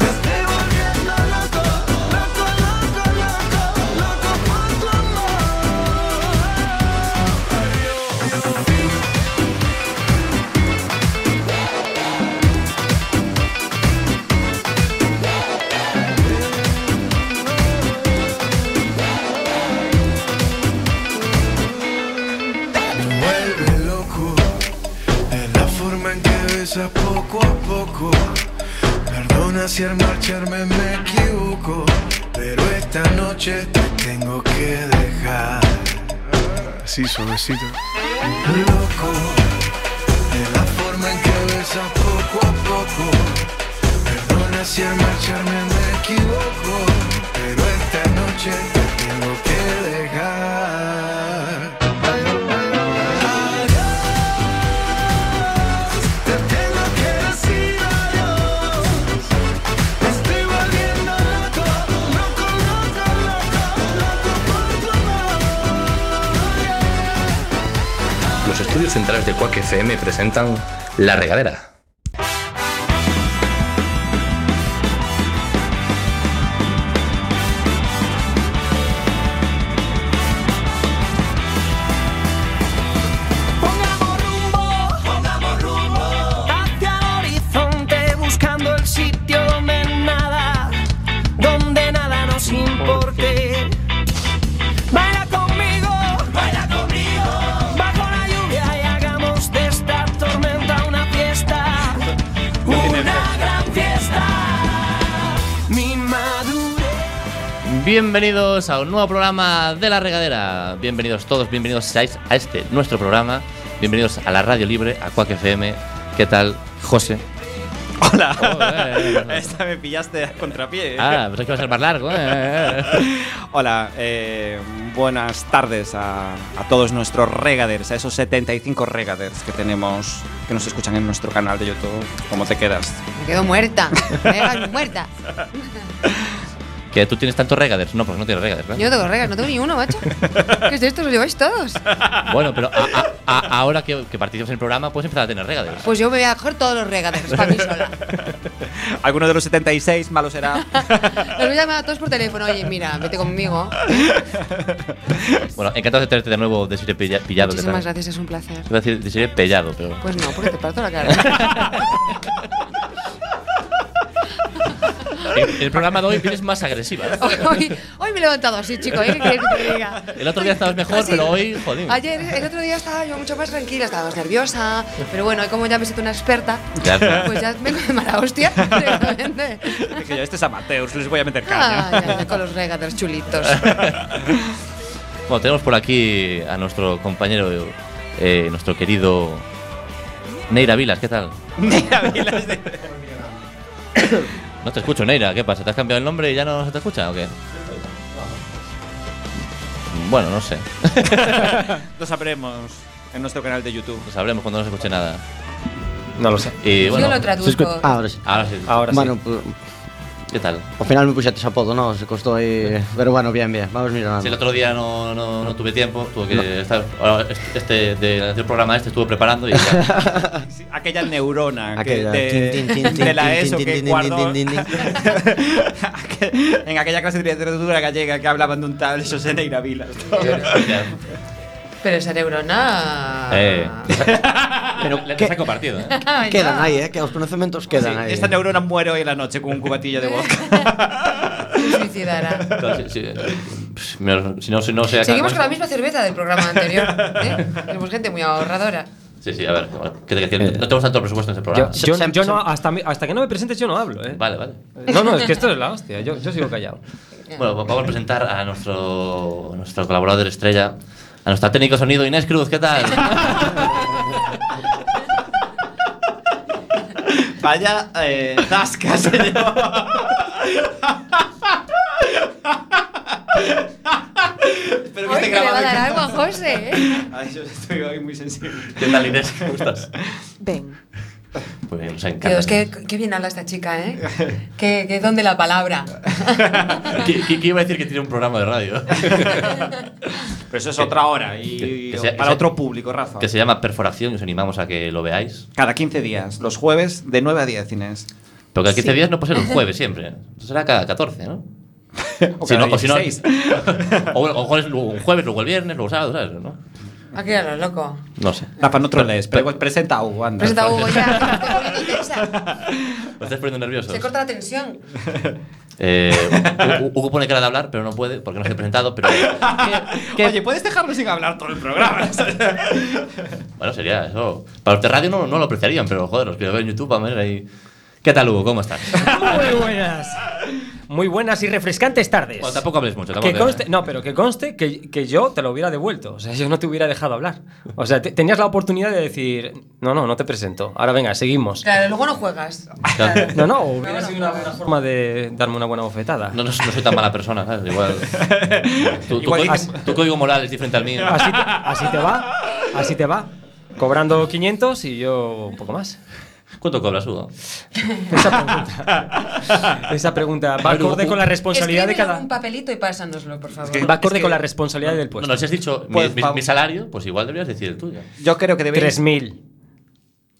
[SPEAKER 10] Me estoy volviendo loco, loco, loco, loco, loco por tu amor. Me vuelve loco es la forma en que besas poco a poco. Perdona si al marcharme me equivoco, pero esta noche te tengo que dejar. Así suavecito. Loco es la forma en que besas poco a
[SPEAKER 2] estudios centrales de Quack FM presentan La Regadera.
[SPEAKER 3] Pongamos rumbo, pongamos rumbo hacia el horizonte buscando el sitio de nada, donde nada nos importe. Baila conmigo, baila conmigo, bajo la lluvia y hagamos de esta tormenta una fiesta, una gran fiesta. Mi madurez.
[SPEAKER 4] Bienvenidos a un nuevo programa de La Regadera. Bienvenidos todos, bienvenidos seáis a este nuestro programa. Bienvenidos a la Radio Libre, a Quack FM. ¿Qué tal, José?
[SPEAKER 6] Hola.
[SPEAKER 4] Oh, eh, eh.
[SPEAKER 6] Esta me pillaste a contrapié.
[SPEAKER 4] Ah, pensé que va a ser más largo. eh, eh, eh.
[SPEAKER 6] Hola, eh, buenas tardes a, a todos nuestros regaders, a esos 75 regaders que tenemos, que nos escuchan en nuestro canal de YouTube. ¿Cómo te quedas?
[SPEAKER 7] Me quedo muerta. Me dejas muerta.
[SPEAKER 4] Que tú tienes tantos regaders. No, porque no tienes regaders, ¿verdad?
[SPEAKER 7] Yo no tengo regas, no tengo ni uno, macho. ¿Qué es de estos? ¿Los lleváis todos?
[SPEAKER 4] Bueno, pero a- a- a- ahora que, que participas en el programa, puedes empezar a tener regaders.
[SPEAKER 7] Pues yo me voy a coger todos los regaderos para mí sola.
[SPEAKER 6] Alguno de los 76 malo será.
[SPEAKER 7] Los voy a llamar a todos por teléfono. Oye, mira, vete conmigo.
[SPEAKER 4] Bueno, encantado de tenerte de nuevo, Desiree Pilla- Pillado. ¿qué tal?
[SPEAKER 7] pues. Muchísimas gracias, es un placer.
[SPEAKER 4] Iba a decir Desiree Pellado, pero.
[SPEAKER 7] Pues no, porque te parto la cara.
[SPEAKER 4] El, el programa de hoy vienes más agresiva. ¿eh?
[SPEAKER 7] Hoy, hoy- hoy me he levantado así, chico. ¿eh? ¿Qué quieres que te diga?
[SPEAKER 4] El otro día estabas mejor,
[SPEAKER 7] Así.
[SPEAKER 4] pero hoy, jodido.
[SPEAKER 7] Ayer, el otro día estaba yo mucho más tranquila, estaba más nerviosa, pero bueno, como ya me siento una experta,
[SPEAKER 4] Ya está.
[SPEAKER 7] pues ya vengo de mala hostia, directamente.
[SPEAKER 6] Dije yo, este es amateur, les voy a meter
[SPEAKER 7] Ah,
[SPEAKER 6] caña.
[SPEAKER 7] ya, ya, con los regaders chulitos.
[SPEAKER 4] Bueno, tenemos por aquí a nuestro compañero, eh, nuestro querido Neira Vilas, ¿qué tal?
[SPEAKER 6] Mira, Vilas de-
[SPEAKER 4] No te escucho, Neira, ¿qué pasa? ¿Te has cambiado el nombre y ya no se te escucha o qué? Bueno, no sé.
[SPEAKER 6] Lo sabremos en nuestro canal de YouTube.
[SPEAKER 4] Lo sabremos pues cuando no se escuche nada.
[SPEAKER 5] No lo sé.
[SPEAKER 4] Y bueno,
[SPEAKER 7] yo lo traduzco.
[SPEAKER 8] Ah, ahora sí.
[SPEAKER 4] ahora sí.
[SPEAKER 5] Ahora
[SPEAKER 8] bueno, pues,
[SPEAKER 4] ¿Qué tal?
[SPEAKER 8] al final me pusiste apodo, ¿no? Se costó ahí. Pero bueno, bien, bien. Vamos mirando.
[SPEAKER 4] Si el otro día no, no, no tuve tiempo, tuve que estar. ahora Este, de- del programa este estuve preparando y ya.
[SPEAKER 6] Sí, Aquella neurona que
[SPEAKER 8] Aquella.
[SPEAKER 6] de,
[SPEAKER 8] Tin, tin, tin,
[SPEAKER 6] de la
[SPEAKER 8] tin,
[SPEAKER 6] ESO
[SPEAKER 8] tin,
[SPEAKER 6] que
[SPEAKER 8] tin, tin,
[SPEAKER 6] guardó
[SPEAKER 8] tin, tin, tin.
[SPEAKER 6] Aquel- en aquella clase de literatura gallega que hablaban de un tal José Neira Vilas.
[SPEAKER 4] Ya.
[SPEAKER 7] Pero esa neurona.
[SPEAKER 4] Eh.
[SPEAKER 8] Pero
[SPEAKER 4] Le, le
[SPEAKER 8] ¿qué?
[SPEAKER 4] saco partido, ¿eh?
[SPEAKER 7] Ay,
[SPEAKER 8] Quedan
[SPEAKER 7] ya.
[SPEAKER 8] ahí, ¿eh? Que los conocimientos quedan
[SPEAKER 6] Sí,
[SPEAKER 8] ahí.
[SPEAKER 6] esta neurona muere hoy en la noche con un cubatillo de vodka.
[SPEAKER 7] Se suicidará.
[SPEAKER 4] Entonces, sí, eh, si no- si no, si no sea.
[SPEAKER 7] Seguimos con la misma cerveza del programa anterior. ¿eh? Somos gente muy ahorradora.
[SPEAKER 4] Sí, sí, a ver. ¿qué te- qué- no tenemos tanto presupuesto en este
[SPEAKER 5] Yo,
[SPEAKER 4] programa.
[SPEAKER 5] yo-
[SPEAKER 8] Sem-
[SPEAKER 5] yo no,
[SPEAKER 8] sem-
[SPEAKER 5] hasta, mi- hasta que no me presentes, yo no hablo, ¿eh?
[SPEAKER 4] Vale, vale.
[SPEAKER 5] No, no, es que esto es la hostia. Yo, yo sigo callado.
[SPEAKER 4] Bueno, va- vamos a presentar a nuestro, nuestro colaborador estrella, a nuestro técnico de sonido Inés Cruz, ¿qué tal?
[SPEAKER 6] Vaya eh, tasca, señor. Espero que
[SPEAKER 7] Hoy
[SPEAKER 6] esté
[SPEAKER 7] que le va a dar
[SPEAKER 6] grabado.
[SPEAKER 7] algo a José, ¿eh?
[SPEAKER 6] Ay, yo estoy hoy muy sensible.
[SPEAKER 4] ¿Qué tal Inés? ¿Cómo estás?
[SPEAKER 7] Ven.
[SPEAKER 4] Muy bien, nos encanta.
[SPEAKER 7] Dios, qué, qué bien habla esta chica, ¿eh? Qué, qué don de la palabra.
[SPEAKER 4] ¿Qué, qué- qué iba a decir que tiene un programa de radio?
[SPEAKER 6] Pero eso es otra hora y
[SPEAKER 4] Que- que sea-
[SPEAKER 6] para
[SPEAKER 4] que sea-
[SPEAKER 6] otro público, Rafa.
[SPEAKER 4] que se llama Perforación y os animamos a que lo veáis.
[SPEAKER 6] Cada 15 días, los jueves de 9 a 10, Inés.
[SPEAKER 4] Pero que a 15
[SPEAKER 7] Sí.
[SPEAKER 4] días no puede ser un jueves siempre. Será cada 14, ¿no?
[SPEAKER 6] O
[SPEAKER 4] Si
[SPEAKER 6] cada
[SPEAKER 4] no- o si no-
[SPEAKER 6] 16.
[SPEAKER 4] O, bueno, o jueves, luego un jueves, luego el viernes, luego el sábado, ¿sabes? ¿No?
[SPEAKER 7] Aquí a lo loco.
[SPEAKER 4] No sé.
[SPEAKER 6] Rafa, no trolees, pero igual presenta a Hugo, anda.
[SPEAKER 7] Presenta a Hugo ya. que estoy poniendo intensa.
[SPEAKER 4] ¿Me estás poniendo nervioso?
[SPEAKER 7] Se corta la tensión.
[SPEAKER 4] Eh, Hugo- Hugo pone cara de hablar, pero no puede porque no se ha presentado. Pero
[SPEAKER 6] Oye, ¿puedes dejarlo sin hablar todo el programa?
[SPEAKER 4] bueno, sería eso. Para los de radio no, no lo apreciarían, pero joder, los que lo ven en YouTube, a ver ahí. ¿Qué tal, Hugo? ¿Cómo estás?
[SPEAKER 5] Muy buenas. Muy buenas y refrescantes tardes.
[SPEAKER 4] Bueno, tampoco hables mucho. Tampoco
[SPEAKER 5] Que
[SPEAKER 4] te-
[SPEAKER 5] conste, no, pero que conste que, que yo te lo hubiera devuelto. O sea, yo no te hubiera dejado hablar. O sea, te- tenías la oportunidad de decir, no, no, no te presento. Ahora venga, seguimos.
[SPEAKER 7] Claro, luego no juegas.
[SPEAKER 4] Claro.
[SPEAKER 5] No, no, hubiera sido una buena forma de darme una buena bofetada.
[SPEAKER 4] No, no, no soy tan mala persona, ¿sabes? Igual. Tu, tu
[SPEAKER 6] Igual-
[SPEAKER 4] código, tu código moral es diferente al mío.
[SPEAKER 5] Así te, así te va, así te va. Cobrando 500 y yo un poco más.
[SPEAKER 4] ¿Cuánto cobras, Hugo?
[SPEAKER 5] Esa pregunta va acorde con la responsabilidad de
[SPEAKER 7] Escríbelo en
[SPEAKER 5] cada.
[SPEAKER 7] un papelito y pásanoslo, por favor.
[SPEAKER 5] Va acorde con la responsabilidad del
[SPEAKER 4] No,
[SPEAKER 5] puesto.
[SPEAKER 4] no, si has dicho mi-
[SPEAKER 6] Pues,
[SPEAKER 4] mi,
[SPEAKER 6] Pablo.
[SPEAKER 4] mi salario, pues igual deberías decir el tuyo.
[SPEAKER 6] Yo creo que deberías.
[SPEAKER 5] 3.000.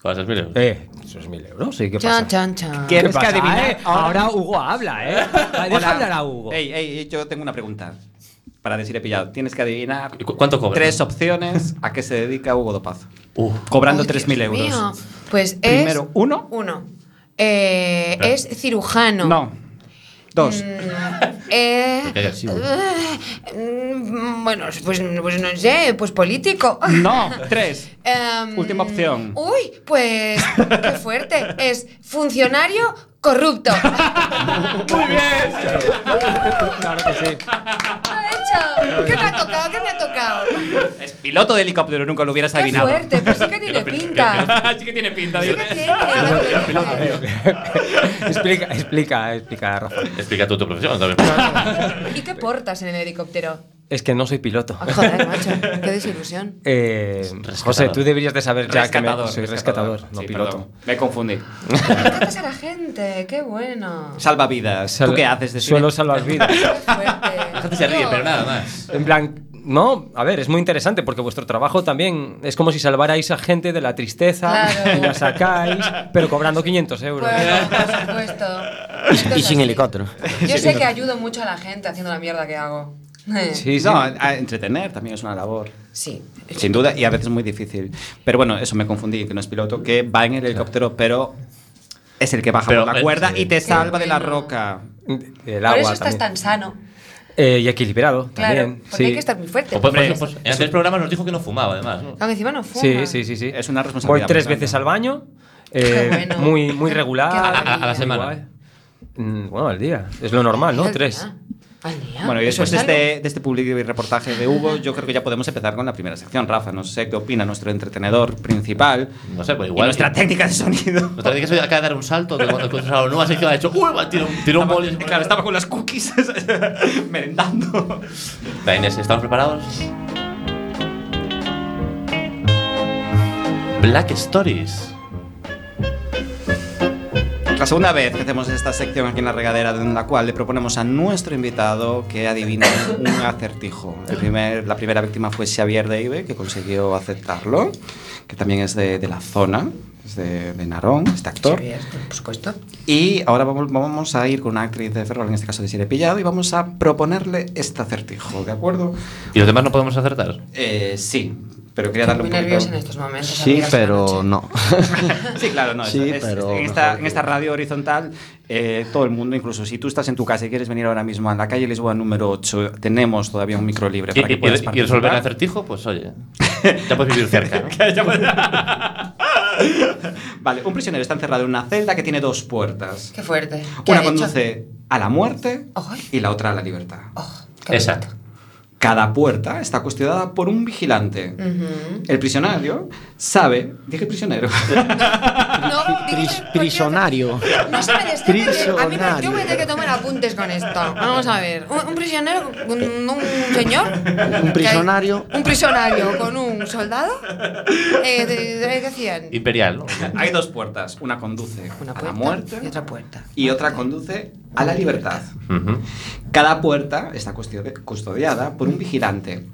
[SPEAKER 4] Con esas mil euros.
[SPEAKER 5] Eh, esos 1.000 euros, sí, ¿qué pasa?
[SPEAKER 7] Chan, chan, chan.
[SPEAKER 6] ¿Qué?
[SPEAKER 5] ¿Qué
[SPEAKER 6] Tienes que
[SPEAKER 5] pasa,
[SPEAKER 6] adivinar.
[SPEAKER 5] eh? Ahora Hugo habla, ¿eh? Deja
[SPEAKER 6] Hola.
[SPEAKER 5] hablar a Hugo.
[SPEAKER 6] Ey, ey, yo tengo una pregunta. Para decir he pillado. Tienes que adivinar
[SPEAKER 4] ¿Y cu- ¿Cuánto cobras?
[SPEAKER 6] tres opciones a qué se dedica Hugo Dopazo.
[SPEAKER 4] Uh,
[SPEAKER 6] Cobrando
[SPEAKER 7] Oh, Dios
[SPEAKER 6] 3.000 euros.
[SPEAKER 7] mío. Pues es.
[SPEAKER 6] Primero, uno.
[SPEAKER 7] Uno. Eh,
[SPEAKER 4] Espera.
[SPEAKER 7] es cirujano.
[SPEAKER 6] No. Dos.
[SPEAKER 7] Mm. Eh,
[SPEAKER 4] Qué agresivo.
[SPEAKER 7] eh, mm, bueno, pues, pues no sé, pues político.
[SPEAKER 6] No. Tres.
[SPEAKER 7] Em,
[SPEAKER 6] Última opción.
[SPEAKER 7] Uy, pues qué fuerte. Es funcionario corrupto.
[SPEAKER 5] Claro que sí.
[SPEAKER 7] ¿Qué he hecho? ¿Qué me ha tocado? ¿Qué me ha tocado?
[SPEAKER 6] Es piloto de helicóptero, nunca lo hubieras
[SPEAKER 7] Qué
[SPEAKER 6] adivinado.
[SPEAKER 7] fuerte, pues sí que tiene pinta.
[SPEAKER 6] sí que tiene pinta.
[SPEAKER 7] Sí que tiene.
[SPEAKER 5] explica, explica, explica, Rafa.
[SPEAKER 4] Explica tú tu profesión también.
[SPEAKER 7] ¿Y qué portas en el helicóptero?
[SPEAKER 5] Es que no soy piloto.
[SPEAKER 7] Ah, joder, macho, qué desilusión.
[SPEAKER 5] Eh, José, tú deberías de saber ya que me-
[SPEAKER 6] Rescatador.
[SPEAKER 5] soy rescatador, no
[SPEAKER 6] Sí,
[SPEAKER 5] piloto.
[SPEAKER 6] perdón, Me confundí.
[SPEAKER 7] Tratas a la gente, qué bueno.
[SPEAKER 6] Salva vidas. ¿Tú
[SPEAKER 5] Sal-
[SPEAKER 6] qué haces de
[SPEAKER 5] Suelo salvar vidas.
[SPEAKER 7] Qué fuerte.
[SPEAKER 4] La gente se ríe, pero nada más.
[SPEAKER 5] En plan, no, a ver, es muy interesante porque vuestro trabajo también es como si salvarais a gente de la tristeza
[SPEAKER 7] Claro.
[SPEAKER 5] y la sacáis, pero cobrando 500 euros.
[SPEAKER 7] Bueno, por supuesto. Esto
[SPEAKER 8] Y
[SPEAKER 7] es
[SPEAKER 8] sin
[SPEAKER 7] así.
[SPEAKER 8] helicóptero.
[SPEAKER 7] Yo sé que ayudo mucho a la gente haciendo la mierda que hago. Sí.
[SPEAKER 5] Sí, sí.
[SPEAKER 6] No, a entretener también es una labor.
[SPEAKER 7] Sí.
[SPEAKER 6] Sin duda, y a veces muy difícil. Pero bueno, eso me confundí, que no es piloto, que va en el helicóptero, pero es el que baja
[SPEAKER 4] Pero,
[SPEAKER 6] por la
[SPEAKER 4] eh,
[SPEAKER 6] cuerda
[SPEAKER 4] sí.
[SPEAKER 6] y te
[SPEAKER 7] Qué
[SPEAKER 6] salva de la
[SPEAKER 7] bueno.
[SPEAKER 6] roca.
[SPEAKER 5] El
[SPEAKER 7] Por
[SPEAKER 5] agua
[SPEAKER 7] eso estás
[SPEAKER 5] también.
[SPEAKER 7] tan sano.
[SPEAKER 5] Eh, y equilibrado
[SPEAKER 7] Claro.
[SPEAKER 5] también.
[SPEAKER 7] porque
[SPEAKER 5] sí.
[SPEAKER 7] hay que estar muy fuerte.
[SPEAKER 4] O, pues, por ejemplo, pues, en anteriores programas nos dijo que no fumaba, además. ¿no?
[SPEAKER 7] Aunque encima no fuma.
[SPEAKER 5] sí, sí, sí, sí.
[SPEAKER 6] Es una responsabilidad
[SPEAKER 5] Voy tres
[SPEAKER 6] muy grande.
[SPEAKER 5] veces al baño, eh,
[SPEAKER 7] Qué bueno.
[SPEAKER 5] muy, muy
[SPEAKER 7] Qué
[SPEAKER 5] regular.
[SPEAKER 7] maravilla.
[SPEAKER 4] A- a la semana.
[SPEAKER 5] Guay. Mm, Bueno, al día. Es lo normal, ¿no?
[SPEAKER 7] Al
[SPEAKER 5] Tres.
[SPEAKER 7] día, al día.
[SPEAKER 6] Bueno, y después de
[SPEAKER 7] Pues algo.
[SPEAKER 6] este, de este público y reportaje de Hugo, yo creo que ya podemos empezar con la primera sección. Rafa, no sé qué opina nuestro entretenedor principal.
[SPEAKER 4] No sé, pues
[SPEAKER 6] y
[SPEAKER 4] igual.
[SPEAKER 6] nuestra técnica de sonido.
[SPEAKER 4] Otra vez que se acaba de dar un salto, que cuando cuando la nueva sección ha hecho. ¡Uy! va, Tiró un, tiró un boli.
[SPEAKER 6] Claro, estaba con las cookies merendando.
[SPEAKER 4] Va, Inés, ¿estamos preparados? Black Stories.
[SPEAKER 6] La segunda vez que hacemos esta sección aquí en la regadera, en la cual le proponemos a nuestro invitado que adivine un acertijo. El primer, la primera víctima fue Xavier Deive, que consiguió aceptarlo, que también es de, de la zona, es de, de Narón, este actor.
[SPEAKER 7] Xavier, Por supuesto.
[SPEAKER 6] Y ahora vamos, vamos a ir con una actriz de Ferrol, en este caso de Sire Pillado, y vamos a proponerle este acertijo, ¿de acuerdo?
[SPEAKER 4] ¿Y los demás no podemos acertar?
[SPEAKER 6] Eh, sí, pero quería
[SPEAKER 7] Estoy
[SPEAKER 6] darle
[SPEAKER 7] muy
[SPEAKER 6] un poquito...
[SPEAKER 7] nerviosa en este estos momentos.
[SPEAKER 8] Sí,
[SPEAKER 7] amigas,
[SPEAKER 8] pero
[SPEAKER 7] esta noche.
[SPEAKER 8] no.
[SPEAKER 6] Sí, claro, no. es-
[SPEAKER 8] Sí,
[SPEAKER 6] es- es-
[SPEAKER 8] pero
[SPEAKER 6] en,
[SPEAKER 8] mejor
[SPEAKER 6] esta,
[SPEAKER 8] que-
[SPEAKER 6] en esta radio horizontal, eh, todo el mundo, incluso si tú estás en tu casa y quieres venir ahora mismo a la calle Lisboa número 8, tenemos todavía un micro libre
[SPEAKER 4] ¿Y,
[SPEAKER 6] para que
[SPEAKER 4] y-
[SPEAKER 6] puedas
[SPEAKER 4] y- y resolver el
[SPEAKER 6] participar.
[SPEAKER 4] acertijo? Pues oye, ya puedes vivir cerca. ¿no?
[SPEAKER 6] Vale, un prisionero está encerrado en una celda que tiene dos puertas.
[SPEAKER 7] Qué fuerte. ¿Qué
[SPEAKER 6] Una
[SPEAKER 7] han hecho?
[SPEAKER 6] conduce a la muerte
[SPEAKER 7] Ay.
[SPEAKER 6] y la otra a la libertad.
[SPEAKER 7] Oh, qué
[SPEAKER 4] Esa.
[SPEAKER 7] bonito.
[SPEAKER 6] Cada puerta está custodiada por un vigilante.
[SPEAKER 7] Ujú.
[SPEAKER 6] El prisionero sabe, dije prisionero,
[SPEAKER 7] No, digo,
[SPEAKER 8] Pris- prisionario.
[SPEAKER 7] No se me destaca que- A mí me- yo
[SPEAKER 8] Prisionario.
[SPEAKER 7] voy a tener que tomar apuntes con esto. Vamos a ver. Un, un prisionero, un, un señor. que-
[SPEAKER 8] prisionario.
[SPEAKER 7] Un prisionario con un soldado. Eh, de- de- ¿Qué hacían?
[SPEAKER 4] Imperial, ¿no?
[SPEAKER 6] hay dos puertas. Una conduce
[SPEAKER 7] Una
[SPEAKER 6] a la
[SPEAKER 7] puerta
[SPEAKER 6] muerte
[SPEAKER 7] y otra puerta.
[SPEAKER 6] y otra conduce a la libertad.
[SPEAKER 4] Ujú.
[SPEAKER 6] Cada puerta está custodia- custodiada por un vigilante.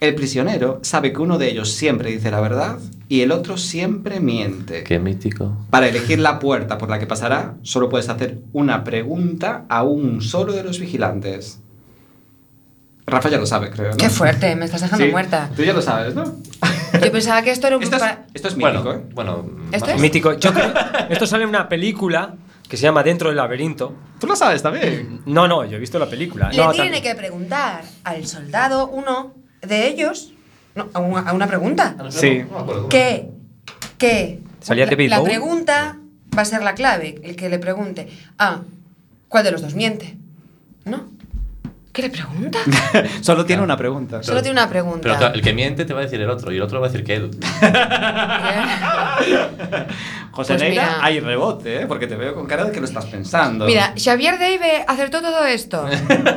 [SPEAKER 6] El prisionero sabe que uno de ellos siempre dice la verdad y el otro siempre miente.
[SPEAKER 4] Qué mítico.
[SPEAKER 6] Para elegir la puerta por la que pasará, solo puedes hacer una pregunta a un solo de los vigilantes. Rafa ya lo sabe, creo. ¿no?
[SPEAKER 7] Qué fuerte, me estás dejando
[SPEAKER 6] Sí,
[SPEAKER 7] muerta.
[SPEAKER 6] Tú ya lo sabes, ¿no?
[SPEAKER 7] Yo pensaba que esto era un.
[SPEAKER 6] Esto es,
[SPEAKER 7] para-
[SPEAKER 6] esto es mítico,
[SPEAKER 4] Bueno,
[SPEAKER 6] ¿eh?
[SPEAKER 4] bueno. más
[SPEAKER 7] ¿Esto
[SPEAKER 4] o
[SPEAKER 7] es?
[SPEAKER 4] menos.
[SPEAKER 5] Mítico. Yo creo- esto sale en una película que se llama Dentro del laberinto.
[SPEAKER 6] Tú lo sabes también.
[SPEAKER 5] No, no, yo he visto la película.
[SPEAKER 7] Le
[SPEAKER 5] Ah, no,
[SPEAKER 7] tiene
[SPEAKER 5] también.
[SPEAKER 7] que preguntar al soldado, uno de ellos, no, a, una, a una pregunta.
[SPEAKER 6] Sí.
[SPEAKER 7] ¿Qué? ¿Qué?
[SPEAKER 5] Salía de
[SPEAKER 7] la, la
[SPEAKER 5] Bilbao.
[SPEAKER 7] pregunta va a ser la clave, el que le pregunte. Ah, ¿cuál de los dos miente? ¿No? ¿Qué le pregunta?
[SPEAKER 6] Solo tiene una pregunta.
[SPEAKER 7] Solo tiene una pregunta.
[SPEAKER 4] Pero claro, el que miente te va a decir el otro y el otro va a decir que él.
[SPEAKER 7] Bien.
[SPEAKER 6] José
[SPEAKER 7] Pues
[SPEAKER 6] Neira,
[SPEAKER 7] mira.
[SPEAKER 6] hay rebote, ¿eh? porque te veo con cara de que lo estás pensando.
[SPEAKER 7] Mira, Xavier Dave acertó todo esto.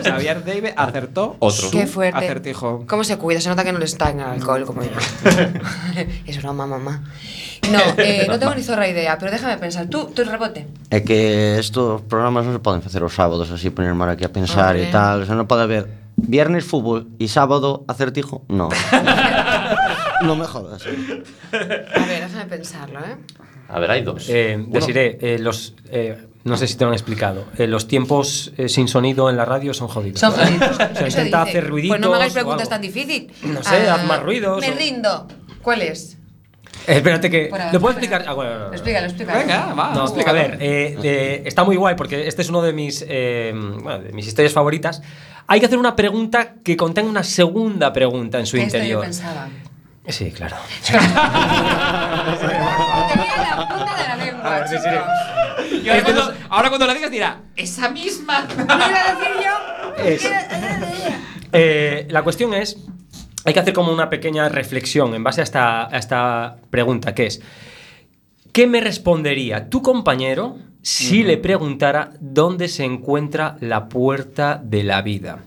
[SPEAKER 6] Xavier Dave acertó
[SPEAKER 4] Otro.
[SPEAKER 6] su
[SPEAKER 7] Qué fuerte.
[SPEAKER 6] acertijo.
[SPEAKER 7] ¿Cómo se cuida? Se nota que no le está en el alcohol como yo. es broma, mamá. No, eh, no tengo ni zorra idea, pero déjame pensar. Tú, tú rebote.
[SPEAKER 8] É que estos programas non se poden facer os sábados así ponerme ahora aquí a pensar
[SPEAKER 7] Ah,
[SPEAKER 8] e
[SPEAKER 7] ben.
[SPEAKER 8] tal, o sea, non pode haber viernes fútbol e sábado acertijo, no. non me jodas.
[SPEAKER 7] A ver, déjame pensarlo, ¿eh?
[SPEAKER 4] A ver, hay dos.
[SPEAKER 5] Eh,
[SPEAKER 4] Uno-
[SPEAKER 5] deciré, eh, los, eh, no sé si te lo han explicado, eh, los tiempos eh, sin sonido en la radio son jodidos.
[SPEAKER 7] Son jodidos.
[SPEAKER 5] O sea,
[SPEAKER 7] Eso
[SPEAKER 5] intenta
[SPEAKER 7] dice.
[SPEAKER 5] hacer ruiditos.
[SPEAKER 7] Pues no me hagáis
[SPEAKER 5] o
[SPEAKER 7] preguntas
[SPEAKER 5] algo.
[SPEAKER 7] tan difíciles.
[SPEAKER 5] No sé, haz más ruidos
[SPEAKER 7] Me
[SPEAKER 5] o-
[SPEAKER 7] rindo. ¿Cuál es?
[SPEAKER 5] Eh, espérate que...
[SPEAKER 7] Por abajo,
[SPEAKER 5] ¿Lo puedo
[SPEAKER 7] por
[SPEAKER 5] explicar?
[SPEAKER 7] abajo.
[SPEAKER 5] Ah, bueno, no, no, no.
[SPEAKER 7] Explícalo, explícalo.
[SPEAKER 6] Venga, va,
[SPEAKER 5] No, a
[SPEAKER 6] explícalo.
[SPEAKER 5] ver, eh, eh, está muy guay porque este es uno de mis, eh, bueno, de mis historias favoritas. Hay que hacer una pregunta que contenga una segunda pregunta en su
[SPEAKER 7] Esto yo
[SPEAKER 5] interior.
[SPEAKER 7] pensaba.
[SPEAKER 5] Sí, claro.
[SPEAKER 7] Tenía la punta de la lengua. chico.
[SPEAKER 6] Y
[SPEAKER 5] Este
[SPEAKER 6] ahora, cuando, ahora cuando lo digas dirá,
[SPEAKER 7] Esa misma. ¿Lo iba a decir yo?
[SPEAKER 5] Es- Eh, la cuestión es, hay que hacer como una pequeña reflexión en base a esta, a esta pregunta, que es, ¿qué me respondería tu compañero si le preguntara dónde se encuentra la puerta de la vida?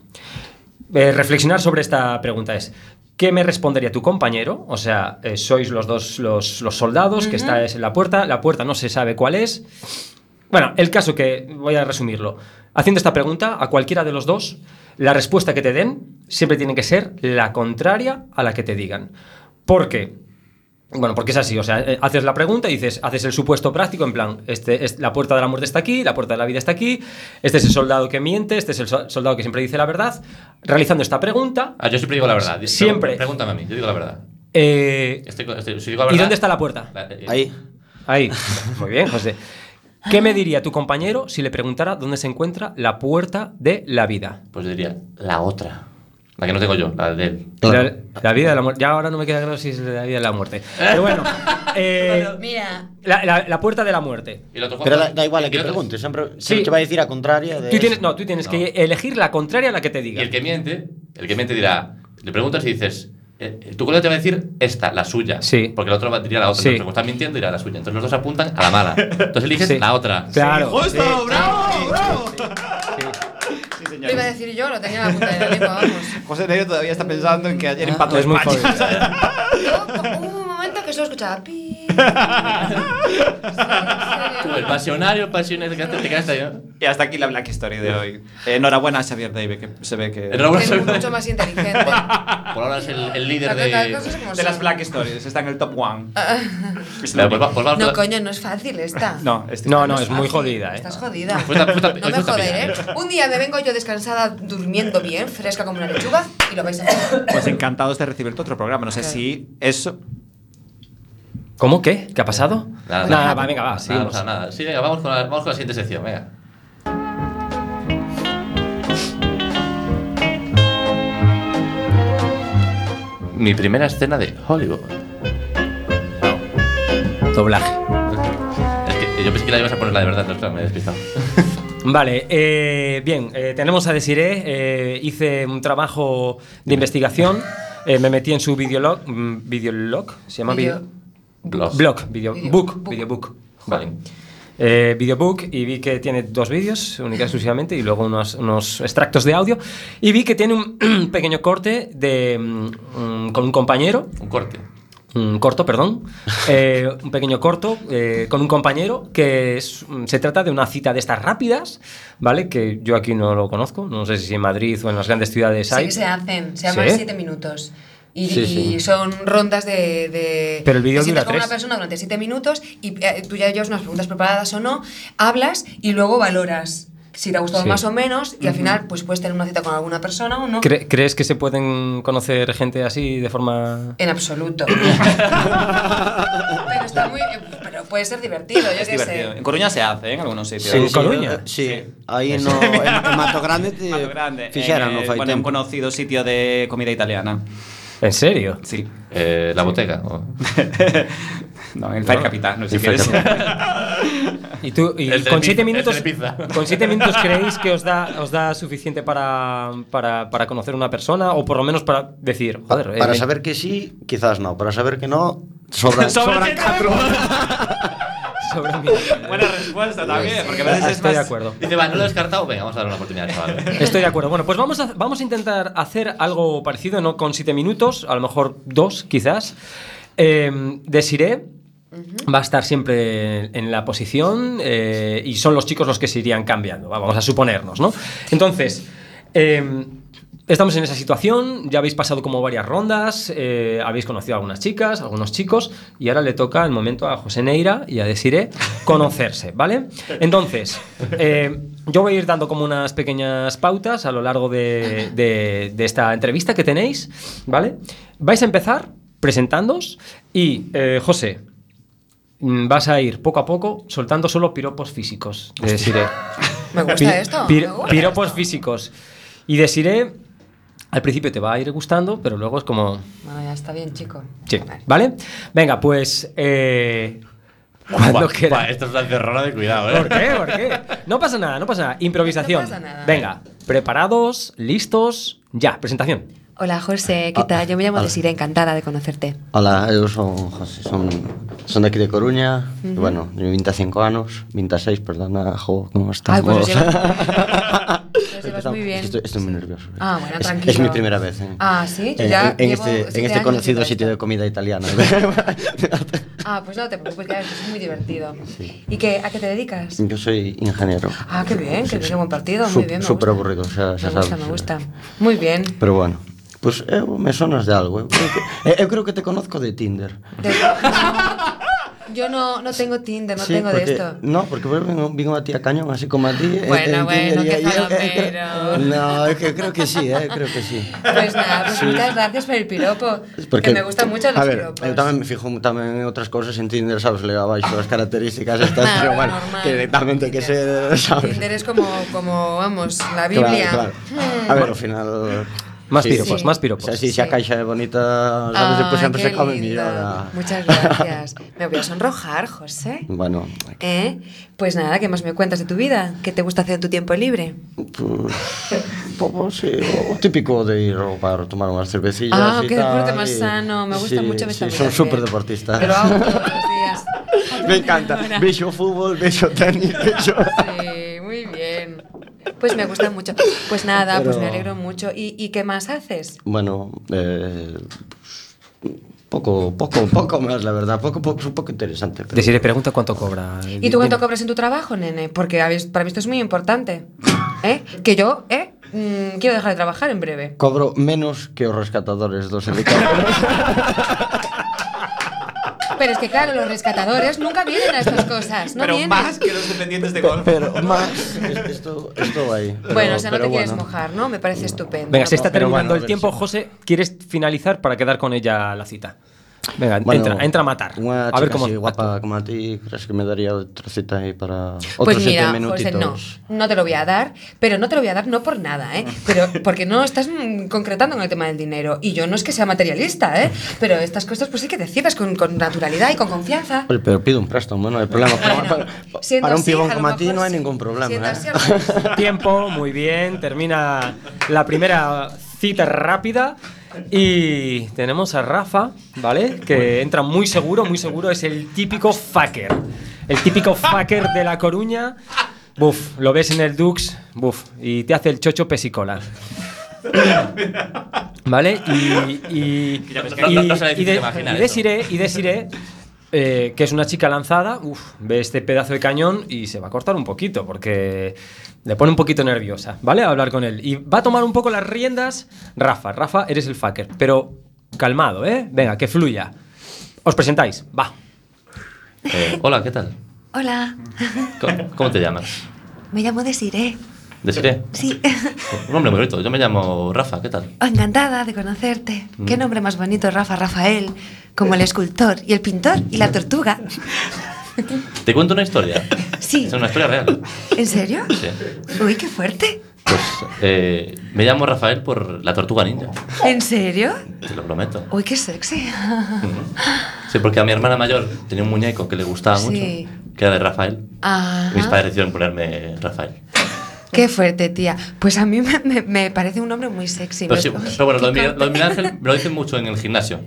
[SPEAKER 5] Eh, reflexionar sobre esta pregunta es, ¿qué me respondería tu compañero? O sea, eh, sois los dos los, los soldados, que estáis en la puerta, la puerta no se sabe cuál es. Bueno, el caso que voy a resumirlo. Haciendo esta pregunta a cualquiera de los dos, la respuesta que te den siempre tiene que ser la contraria a la que te digan. ¿Por qué? Bueno, porque es así, o sea, eh, haces la pregunta y dices, haces el supuesto práctico, en plan, este, es- la puerta de la muerte está aquí, la puerta de la vida está aquí, este es el soldado que miente, este es el so- soldado que siempre dice la verdad. Realizando esta pregunta,
[SPEAKER 4] Ah, yo siempre digo la verdad. Digo,
[SPEAKER 5] Siempre.
[SPEAKER 4] Pregúntame a mí, yo digo la verdad.
[SPEAKER 5] eh,
[SPEAKER 4] Estoy con- estoy- si digo la
[SPEAKER 5] ¿y
[SPEAKER 4] verdad-
[SPEAKER 5] dónde está la puerta?
[SPEAKER 4] La- eh,
[SPEAKER 8] Aí,
[SPEAKER 5] Ahí. Muy bien, José. ¿Qué me diría tu compañero si le preguntara dónde se encuentra la puerta de la vida?
[SPEAKER 4] Pues yo diría, la otra. La que no tengo yo, la de él.
[SPEAKER 5] La,
[SPEAKER 8] Claro.
[SPEAKER 5] la vida de la muerte. Ya ahora no me queda claro si es la vida de la muerte. Pero bueno. eh,
[SPEAKER 7] Mira.
[SPEAKER 5] la, la- la puerta de la muerte.
[SPEAKER 4] Y el otro,
[SPEAKER 8] pero
[SPEAKER 4] Juanma,
[SPEAKER 8] da, da igual a
[SPEAKER 4] y
[SPEAKER 8] que
[SPEAKER 4] el otro-
[SPEAKER 8] pregunte, sempre
[SPEAKER 5] Sí.
[SPEAKER 8] sí. que vai dicir a contraria de
[SPEAKER 5] Tú tienes, no, tú tienes que elegir la contraria a la que te
[SPEAKER 4] Y
[SPEAKER 5] diga.
[SPEAKER 4] el que miente, el que miente dirá, le preguntas y dices, eh, eh, tu colega te va a decir esta, la suya.
[SPEAKER 5] Sí.
[SPEAKER 4] Porque el otro va a decir la otra.
[SPEAKER 5] Sí.
[SPEAKER 4] Entonces, como estás mintiendo, dirá la suya. Entonces los dos apuntan a la mala. Entonces eliges
[SPEAKER 5] Sí.
[SPEAKER 4] la otra.
[SPEAKER 5] Claro.
[SPEAKER 6] ¡Justo!
[SPEAKER 5] sí.
[SPEAKER 6] ¡Bravo! ¡Bravo! Sí,
[SPEAKER 7] Lo iba a
[SPEAKER 6] señor.
[SPEAKER 7] decir yo, lo tenía en la punta de la lengua, vamos.
[SPEAKER 6] José Neira todavía está pensando en que ayer empató
[SPEAKER 5] Ah, Es muy
[SPEAKER 6] España.
[SPEAKER 5] jodido.
[SPEAKER 7] Yo, hubo un momento que solo escuchaba pi.
[SPEAKER 4] Tú, el pasionario, el pasionario, que antes te quedaste ahí, ¿no?
[SPEAKER 6] Y hasta aquí la Black Story de hoy. Enhorabuena a Xavier Dave, que se ve que...
[SPEAKER 4] Enhorabuena.
[SPEAKER 7] Es mucho más inteligente. La
[SPEAKER 4] Por ahora es el, el líder de.
[SPEAKER 7] verdad, las cosas como
[SPEAKER 6] De las
[SPEAKER 7] son.
[SPEAKER 6] Black Stories, está en el top one. Es
[SPEAKER 4] Pero,
[SPEAKER 6] lo
[SPEAKER 4] pues,
[SPEAKER 6] único.
[SPEAKER 4] va- pues vamos
[SPEAKER 7] No,
[SPEAKER 4] por-
[SPEAKER 7] coño, no es fácil esta.
[SPEAKER 6] No, este
[SPEAKER 5] No, no, es
[SPEAKER 7] fácil.
[SPEAKER 5] muy jodida, eh.
[SPEAKER 7] Estás jodida.
[SPEAKER 4] Fue ta- fue ta-
[SPEAKER 7] no me
[SPEAKER 4] fue ta
[SPEAKER 7] joder,
[SPEAKER 4] pilla,
[SPEAKER 7] ¿eh?
[SPEAKER 4] ¿eh?
[SPEAKER 7] Un día me vengo yo descansada, durmiendo bien, fresca como una lechuga, y lo vais a hacer.
[SPEAKER 6] Pues encantados de recibir tu otro programa. No sé
[SPEAKER 7] Claro.
[SPEAKER 6] si eso.
[SPEAKER 5] ¿Cómo? ¿Qué? ¿Qué ha pasado?
[SPEAKER 4] Nada,
[SPEAKER 5] nada,
[SPEAKER 4] nada.
[SPEAKER 5] va, venga, va,
[SPEAKER 4] Nada,
[SPEAKER 5] seguimos.
[SPEAKER 4] no pasa nada. Sí, venga, vamos con, la, vamos con la siguiente sección, venga. Mi primera escena de Hollywood.
[SPEAKER 5] Doblaje.
[SPEAKER 4] Es que yo pensé que la ibas a poner la de verdad, entonces claro, me he despistado.
[SPEAKER 5] Vale, eh, bien, eh, tenemos a Desiree. eh, hice un trabajo de investigación. eh, me metí en su videolog. mm, ¿Videolog? ¿Se llama
[SPEAKER 7] Video-
[SPEAKER 5] video?
[SPEAKER 4] Blog.
[SPEAKER 5] Blog, video,
[SPEAKER 7] Video-
[SPEAKER 5] book,
[SPEAKER 7] book.
[SPEAKER 5] videobook.
[SPEAKER 4] Vale.
[SPEAKER 5] Eh, videobook y vi que tiene dos vídeos, única y exclusivamente, y luego unos, unos extractos de audio. Y vi que tiene un pequeño corte de, mm, mm, con un compañero,
[SPEAKER 4] Un corte.
[SPEAKER 5] un Mm, corto, perdón, eh, un pequeño corto eh, con un compañero que es- mm, se trata de una cita de estas rápidas, ¿vale? Que yo aquí no lo conozco, no sé si en Madrid o en las grandes ciudades
[SPEAKER 7] Sí
[SPEAKER 5] hay.
[SPEAKER 7] que se hacen, se llaman
[SPEAKER 5] Sí.
[SPEAKER 7] siete minutos. Y,
[SPEAKER 8] Sí, sí.
[SPEAKER 7] y son rondas de, de-
[SPEAKER 5] Pero el vídeo
[SPEAKER 7] te sientas
[SPEAKER 5] dura
[SPEAKER 7] con una
[SPEAKER 5] tres.
[SPEAKER 7] persona durante siete minutos y eh, tú ya llevas unas preguntas preparadas o no, hablas y luego valoras si te ha gustado
[SPEAKER 5] Sí.
[SPEAKER 7] más o menos y al final pues puedes tener una cita con alguna persona o no.
[SPEAKER 5] ¿Cre- ¿Crees que se pueden conocer gente así de forma...
[SPEAKER 7] En absoluto. pero está muy. Pero puede ser divertido, yo
[SPEAKER 6] Es
[SPEAKER 7] qué
[SPEAKER 6] divertido. En
[SPEAKER 7] sé.
[SPEAKER 6] Coruña se hace, ¿eh? en algunos sitios.
[SPEAKER 5] Sí, ¿En Coruña?
[SPEAKER 8] Sí, aí no en Mato Grande te
[SPEAKER 6] Mato Grande.
[SPEAKER 8] fixeran
[SPEAKER 6] en,
[SPEAKER 8] no
[SPEAKER 6] eh,
[SPEAKER 8] fai
[SPEAKER 6] bueno, un
[SPEAKER 8] tempo.
[SPEAKER 6] conocido sitio de comida italiana.
[SPEAKER 5] ¿En serio?
[SPEAKER 6] Sí.
[SPEAKER 4] Eh, la botega. o-
[SPEAKER 6] No, en el Fire Capital, no sé si
[SPEAKER 8] El Fire
[SPEAKER 6] quieres.
[SPEAKER 5] ¿Y tú, y
[SPEAKER 4] El
[SPEAKER 5] con,
[SPEAKER 4] telepizza,
[SPEAKER 5] siete
[SPEAKER 4] el
[SPEAKER 5] minutos,
[SPEAKER 4] telepizza.
[SPEAKER 5] con siete minutos creéis que os da, os da suficiente para, para, para conocer una persona o por lo menos para decir, joder, eh,
[SPEAKER 8] Para
[SPEAKER 5] me-
[SPEAKER 8] saber que sí, quizás no. Para saber que no, sobran,
[SPEAKER 6] Sobran
[SPEAKER 8] sobran catro.
[SPEAKER 5] sobre mí.
[SPEAKER 6] Buena respuesta también, porque a veces es
[SPEAKER 5] Ah, Estoy
[SPEAKER 6] más.
[SPEAKER 5] de acuerdo.
[SPEAKER 4] Dice, va, no lo he descartado. Venga, vamos a darle una oportunidad, chaval.
[SPEAKER 5] Estoy de acuerdo. Bueno, pues vamos a, vamos a intentar hacer algo parecido, no con siete minutos, a lo mejor dos, quizás. Eh, Desiré va a estar siempre en la posición eh, y son los chicos los que se irían cambiando, va, vamos a suponernos, ¿no? Entonces, eh, estamos en esa situación, ya habéis pasado como varias rondas, eh, habéis conocido a algunas chicas, algunos chicos, y ahora le toca el momento a José Neira y a Desiré conocerse, ¿vale? Entonces, eh, yo voy a ir dando como unas pequeñas pautas a lo largo de, de- de esta entrevista que tenéis, ¿vale? Vais a empezar presentándoos y, eh, José, mm, vas a ir poco a poco soltando solo piropos físicos de Desiré.
[SPEAKER 7] Me gusta
[SPEAKER 5] Pi-
[SPEAKER 7] esto.
[SPEAKER 5] pir-
[SPEAKER 7] me gusta.
[SPEAKER 5] piropos físicos. Y Desiré, al principio te va a ir gustando, pero luego es como.
[SPEAKER 7] Bueno, ya está bien, chico.
[SPEAKER 5] Sí,
[SPEAKER 7] Vale.
[SPEAKER 5] ¿vale? Venga, pues. eh,
[SPEAKER 4] Buah,
[SPEAKER 5] cuando
[SPEAKER 4] buah,
[SPEAKER 5] queda.
[SPEAKER 4] Esto es una cerrona de cuidado,
[SPEAKER 5] ¿Por
[SPEAKER 4] ¿eh?
[SPEAKER 5] qué? ¿Por qué? No pasa nada, no pasa nada. Improvisación.
[SPEAKER 7] No pasa nada.
[SPEAKER 5] Venga, preparados, listos, ya, presentación.
[SPEAKER 11] Hola José,
[SPEAKER 5] Ah,
[SPEAKER 11] ¿qué tal? Yo me llamo
[SPEAKER 8] Hola.
[SPEAKER 11] Desiree, encantada de conocerte.
[SPEAKER 8] Hola, eu son José, son, son de aquí de Coruña, uh -huh. e bueno, teño 25 anos, 26, perdona, jo, como estamos.
[SPEAKER 11] Ay, pues los llevas- los llevas muy bien.
[SPEAKER 8] Estoy, estoy muy nervioso. eh.
[SPEAKER 7] Ah, bueno,
[SPEAKER 8] es,
[SPEAKER 7] tranquilo.
[SPEAKER 8] Es mi primera vez. Eh.
[SPEAKER 7] Ah, sí, yo
[SPEAKER 8] Eh,
[SPEAKER 7] ya
[SPEAKER 8] en- en,
[SPEAKER 7] llevo
[SPEAKER 8] este,
[SPEAKER 7] siete
[SPEAKER 8] en este
[SPEAKER 7] años
[SPEAKER 8] conocido
[SPEAKER 7] haciendo
[SPEAKER 8] sitio
[SPEAKER 7] esto.
[SPEAKER 8] de comida italiana. eh.
[SPEAKER 7] Ah, pues no te preocupes, ya ves, es muy divertido. ¿Y qué, a qué te dedicas?
[SPEAKER 8] Yo soy ingeniero.
[SPEAKER 7] Ah, qué bien, qué
[SPEAKER 8] Sí,
[SPEAKER 7] bien,
[SPEAKER 8] sí.
[SPEAKER 7] qué buen partido, muy
[SPEAKER 8] Sup-
[SPEAKER 7] bien. me
[SPEAKER 8] Súper
[SPEAKER 7] gusta.
[SPEAKER 8] aburrido, xa, xa
[SPEAKER 7] Me gusta,
[SPEAKER 8] sabes.
[SPEAKER 7] me gusta. Muy bien.
[SPEAKER 8] Pero bueno, pues eu me sonas de algo. Eu creo que, eh, eu creo que te conozco de Tinder.
[SPEAKER 7] De- Yo no, no tengo Tinder, no tengo
[SPEAKER 8] porque,
[SPEAKER 7] de esto.
[SPEAKER 8] No, porque bueno, vino, vino a tía Cañón así como a ti. eh,
[SPEAKER 7] Bueno,
[SPEAKER 8] en
[SPEAKER 7] bueno,
[SPEAKER 8] Tinder, y
[SPEAKER 7] qué
[SPEAKER 8] ahí, eh, eh,
[SPEAKER 7] palomero.
[SPEAKER 8] No, es que creo que sí, eh, creo que sí.
[SPEAKER 7] Pues nada, pues
[SPEAKER 8] Sí.
[SPEAKER 7] muchas gracias por el piropo.
[SPEAKER 8] Es
[SPEAKER 7] que me gustan mucho los
[SPEAKER 8] A ver, eh,
[SPEAKER 7] piropos.
[SPEAKER 8] eu tamén me fijo tamén en outras cousas en Tinder, sabes, le abaixo as características estas, pero
[SPEAKER 7] Claro,
[SPEAKER 8] bueno,
[SPEAKER 7] Ah. normal.
[SPEAKER 8] que tamén ten que ser, sabes.
[SPEAKER 7] Tinder es como, como vamos, la
[SPEAKER 8] Claro,
[SPEAKER 7] Biblia. Hmm,
[SPEAKER 8] claro. A ver, ao final
[SPEAKER 5] Más
[SPEAKER 8] sí,
[SPEAKER 5] piropos,
[SPEAKER 7] Sí.
[SPEAKER 5] más
[SPEAKER 8] O
[SPEAKER 5] piropos.
[SPEAKER 8] sea, si xa
[SPEAKER 7] Sí.
[SPEAKER 8] caixa é bonita, sabes,
[SPEAKER 7] Ay,
[SPEAKER 8] depois sempre se
[SPEAKER 7] qué
[SPEAKER 8] come
[SPEAKER 7] lindo.
[SPEAKER 8] mellor. a-
[SPEAKER 7] Muchas gracias. Me voy a sonrojar, José.
[SPEAKER 8] Bueno,
[SPEAKER 7] ¿Eh? Pues nada, ¿qué más me cuentas de tu vida? ¿Qué te gusta hacer en tu tiempo libre?
[SPEAKER 8] pues, poco, sí, o típico de ir ao bar, tomar unas cervecillas
[SPEAKER 7] Ah,
[SPEAKER 8] y
[SPEAKER 7] qué
[SPEAKER 8] tal,
[SPEAKER 7] deporte más
[SPEAKER 8] y-
[SPEAKER 7] sano. Me gusta
[SPEAKER 8] sí,
[SPEAKER 7] mucho
[SPEAKER 8] sí,
[SPEAKER 7] esta
[SPEAKER 8] son súper deportistas.
[SPEAKER 7] Pero hago todos los días.
[SPEAKER 8] Me encanta. Veo fútbol, veo tenis, veo...
[SPEAKER 7] Sí, muy bien. Pues me gusta mucho. Pues nada, pues
[SPEAKER 8] Pero-
[SPEAKER 7] me alegro mucho. ¿Y, y qué más haces?
[SPEAKER 8] Bueno, eh, poco, poco, poco más, la verdad. Poco, poco, es un poco interesante. Pero...
[SPEAKER 5] Desiré, pregunta cuánto cobra.
[SPEAKER 7] ¿Y tú cuánto cobras en tu trabajo, nene? Porque a ver, para mí esto es muy importante. ¿Eh? Que yo, ¿eh? Mm, quiero dejar de trabajar en breve.
[SPEAKER 8] Cobro menos que los rescatadores dos helicópteros.
[SPEAKER 7] Pero es que claro, los rescatadores nunca vienen a estas cosas. No
[SPEAKER 6] pero
[SPEAKER 7] vienen.
[SPEAKER 6] más que los dependientes de golf.
[SPEAKER 8] pero más, es- esto, esto va ahí. Pero-
[SPEAKER 7] bueno, o sea, no
[SPEAKER 8] pero
[SPEAKER 7] te quieres
[SPEAKER 8] bueno.
[SPEAKER 7] mojar, ¿no? Me parece estupendo.
[SPEAKER 5] Venga, se está
[SPEAKER 8] Pero
[SPEAKER 5] terminando
[SPEAKER 8] bueno,
[SPEAKER 5] el
[SPEAKER 8] a ver
[SPEAKER 5] tiempo.
[SPEAKER 8] si-
[SPEAKER 5] José, ¿quieres finalizar para quedar con ella a la cita? Venga,
[SPEAKER 8] Bueno,
[SPEAKER 5] entra, entra a matar.
[SPEAKER 8] Una
[SPEAKER 5] A ver
[SPEAKER 8] chica
[SPEAKER 5] cómo.
[SPEAKER 8] así guapa como a ti, ¿crees que me daría otra cita ahí para otros
[SPEAKER 7] Pues
[SPEAKER 8] siete
[SPEAKER 7] mira, José,
[SPEAKER 8] minutitos?
[SPEAKER 7] no, no te lo voy a dar, pero no te lo voy a dar no por nada, ¿eh? Pero porque no estás mm, concretando en el tema del dinero. Y yo no es que sea materialista, ¿eh? Pero estas cosas pues hay que decirlas con, con naturalidad y con confianza.
[SPEAKER 8] Oye, pero pido un préstamo, no hay problema. Para,
[SPEAKER 7] Bueno,
[SPEAKER 8] para-
[SPEAKER 7] siendo
[SPEAKER 8] para un
[SPEAKER 7] así,
[SPEAKER 8] pibón
[SPEAKER 7] a lo
[SPEAKER 8] como a ti
[SPEAKER 7] mejor
[SPEAKER 8] no hay
[SPEAKER 7] sí.
[SPEAKER 8] ningún
[SPEAKER 7] Siendo
[SPEAKER 8] problema.
[SPEAKER 7] así,
[SPEAKER 8] ¿eh?
[SPEAKER 7] a lo mejor-
[SPEAKER 5] Tiempo, muy bien. Termina la primera cita rápida. Y tenemos a Rafa, ¿vale? Que entra muy seguro, muy seguro. Es el típico fucker. El típico fucker de La Coruña. Buf, lo ves en el Dux, buf, y te hace el chocho pesicola. ¿Vale? Y, y,
[SPEAKER 4] Ya, pues, no- no- no será
[SPEAKER 5] y,
[SPEAKER 4] difícil
[SPEAKER 5] de-
[SPEAKER 4] de imaginar
[SPEAKER 5] y
[SPEAKER 4] eso.
[SPEAKER 5] Desiree- y Desiree, eh, que es una chica lanzada, uf, ve este pedazo de cañón y se va a cortar un poquito porque le pone un poquito nerviosa, ¿vale? A hablar con él. Y va a tomar un poco las riendas Rafa. Rafa, eres el fucker, pero calmado, ¿eh? Venga, que fluya. Os presentáis, va.
[SPEAKER 4] Eh, hola, ¿qué tal?
[SPEAKER 11] Hola,
[SPEAKER 4] ¿Cómo, cómo te llamas?
[SPEAKER 11] me llamo Desiree.
[SPEAKER 4] Desiree.
[SPEAKER 11] Sí,
[SPEAKER 4] Un nombre muy bonito. Yo me llamo Rafa, ¿qué tal?
[SPEAKER 11] encantada de conocerte.
[SPEAKER 8] Mm.
[SPEAKER 11] Qué nombre más bonito, Rafa Rafael, como el escultor y el pintor y la tortuga.
[SPEAKER 4] Te cuento una historia.
[SPEAKER 11] Sí.
[SPEAKER 4] Es una historia real.
[SPEAKER 11] ¿En serio?
[SPEAKER 4] Sí.
[SPEAKER 11] Uy, qué fuerte.
[SPEAKER 4] Pues eh, me llamo Rafael por la tortuga ninja.
[SPEAKER 11] ¿En serio?
[SPEAKER 4] Te lo prometo.
[SPEAKER 11] Uy, qué sexy.
[SPEAKER 4] Sí, porque a mi hermana mayor tenía un muñeco que le gustaba
[SPEAKER 11] Sí.
[SPEAKER 4] mucho, que era de Rafael.
[SPEAKER 11] Ajá.
[SPEAKER 4] Mis padres decidieron ponerme Rafael.
[SPEAKER 7] Qué fuerte, tía. Pues a mí me, me- me parece un hombre muy sexy.
[SPEAKER 4] Pero,
[SPEAKER 7] ¿no?
[SPEAKER 4] Pues sí, pero bueno, lo de, Miguel, lo de Miguel Ángel me lo dicen mucho en el gimnasio.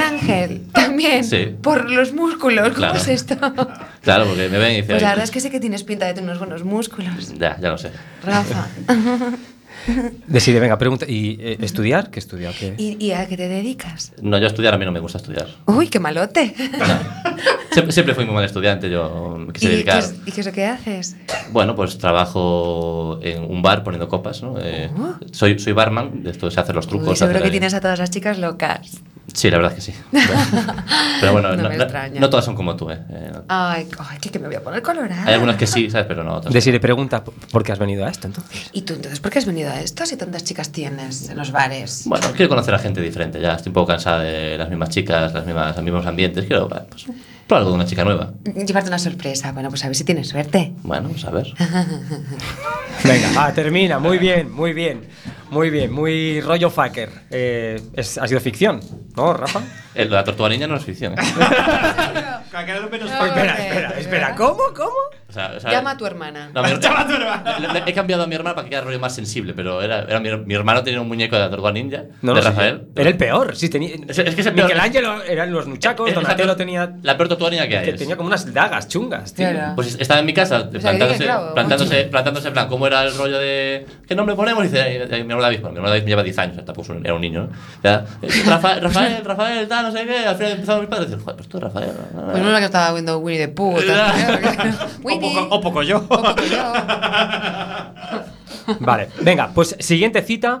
[SPEAKER 7] Ángel, también.
[SPEAKER 4] Sí.
[SPEAKER 7] Por los músculos, ¿cómo
[SPEAKER 4] Claro.
[SPEAKER 7] es esto?
[SPEAKER 4] Claro, porque me ven y dicen.
[SPEAKER 7] Pues la
[SPEAKER 4] "Ay,
[SPEAKER 7] verdad es que sí que tienes pinta de tener unos buenos músculos,
[SPEAKER 4] Ya, ya lo sé.
[SPEAKER 7] Rafa.
[SPEAKER 5] Decide, venga, pregunta. ¿Y eh, estudiar? ¿Qué estudiar? ¿Qué?
[SPEAKER 7] ¿Y, y a qué te dedicas?
[SPEAKER 4] No, yo estudiar a mí no me gusta estudiar.
[SPEAKER 7] Uy, qué malote.
[SPEAKER 4] Siempre, siempre fui muy mal estudiante, yo me quise
[SPEAKER 7] ¿Y, qué
[SPEAKER 4] dedicar.
[SPEAKER 7] es, y qué es lo que haces?
[SPEAKER 4] Bueno, pues trabajo en un bar poniendo copas, ¿no? Eh,
[SPEAKER 7] Oh.
[SPEAKER 4] soy, soy barman, de esto se hacen los trucos.
[SPEAKER 7] Uy,
[SPEAKER 4] se
[SPEAKER 7] seguro
[SPEAKER 4] hacen
[SPEAKER 7] que
[SPEAKER 4] ahí.
[SPEAKER 7] tienes a todas las chicas locas.
[SPEAKER 4] Sí, la verdad es que sí. Pero bueno,
[SPEAKER 7] No
[SPEAKER 4] no,
[SPEAKER 7] me
[SPEAKER 4] no-
[SPEAKER 7] extraña.
[SPEAKER 4] no todas son como tú, ¿eh? Eh, no-
[SPEAKER 7] Ay, ay, que, que me voy a poner colorada.
[SPEAKER 4] Hay algunas que sí, ¿sabes? Pero no otras.
[SPEAKER 5] Desiree pregunta, ¿por qué has venido a esto entonces?
[SPEAKER 7] ¿Y tú entonces por qué has venido a esto si tantas chicas tienes en los bares?
[SPEAKER 4] Bueno, quiero conocer a gente diferente, ya estoy un poco cansada de las mismas chicas, las mismas, los mismos ambientes, quiero eh, pues, probar algo de una chica nueva.
[SPEAKER 7] Llevarte una sorpresa. Bueno, pues a ver si tienes suerte.
[SPEAKER 4] Bueno, pues a ver.
[SPEAKER 5] Venga, va, Ah, termina. Muy bien, muy bien. Muy bien, muy rollo fucker. Eh, es- ha sido ficción, ¿no, Rafa?
[SPEAKER 4] Eh, lo de la tortuga ninja no es ficción. ¿eh?
[SPEAKER 5] espera, espera, espera. ¿Cómo? ¿Cómo?
[SPEAKER 4] O sea, o sea,
[SPEAKER 7] Llama a tu hermana.
[SPEAKER 4] No, mi- le- le- He cambiado a mi hermana para que quede rollo más sensible, pero era, era mi, mi hermano tenía un muñeco de la tortuga ninja, de
[SPEAKER 5] sé.
[SPEAKER 4] Rafael.
[SPEAKER 5] Era el peor. Sí, tenía,
[SPEAKER 4] Es- es que es el peor.
[SPEAKER 5] Michelangelo eran los nuchacos,
[SPEAKER 4] Es- es la
[SPEAKER 5] Donatello
[SPEAKER 4] peor-
[SPEAKER 5] tenía,
[SPEAKER 4] La peor tortuga ninja que hay.
[SPEAKER 5] que
[SPEAKER 4] es.
[SPEAKER 5] tenía como unas dagas chungas, tío.
[SPEAKER 7] Claro.
[SPEAKER 4] Pues estaba en mi casa
[SPEAKER 7] que
[SPEAKER 4] plantándose,
[SPEAKER 7] diga, claro,
[SPEAKER 4] plantándose, plantándose en plan, ¿cómo era el rollo de qué nombre ponemos? Y dice, "Ay, ay, mi hermano David, bueno, mi hermano David lleva 10 años, hasta pues, era un niño. ¿no? Ya, "Eh, Rafael, Rafael, Rafael, tal, no sé qué. Al final empezaron mis padres a decir, joder, pues tú, Rafael. no, no, no".
[SPEAKER 7] Pues no era que estaba viendo Winnie the Pooh. tal. Winnie.
[SPEAKER 6] O poco yo.
[SPEAKER 7] o poco yo.
[SPEAKER 5] Vale, venga, pues siguiente cita.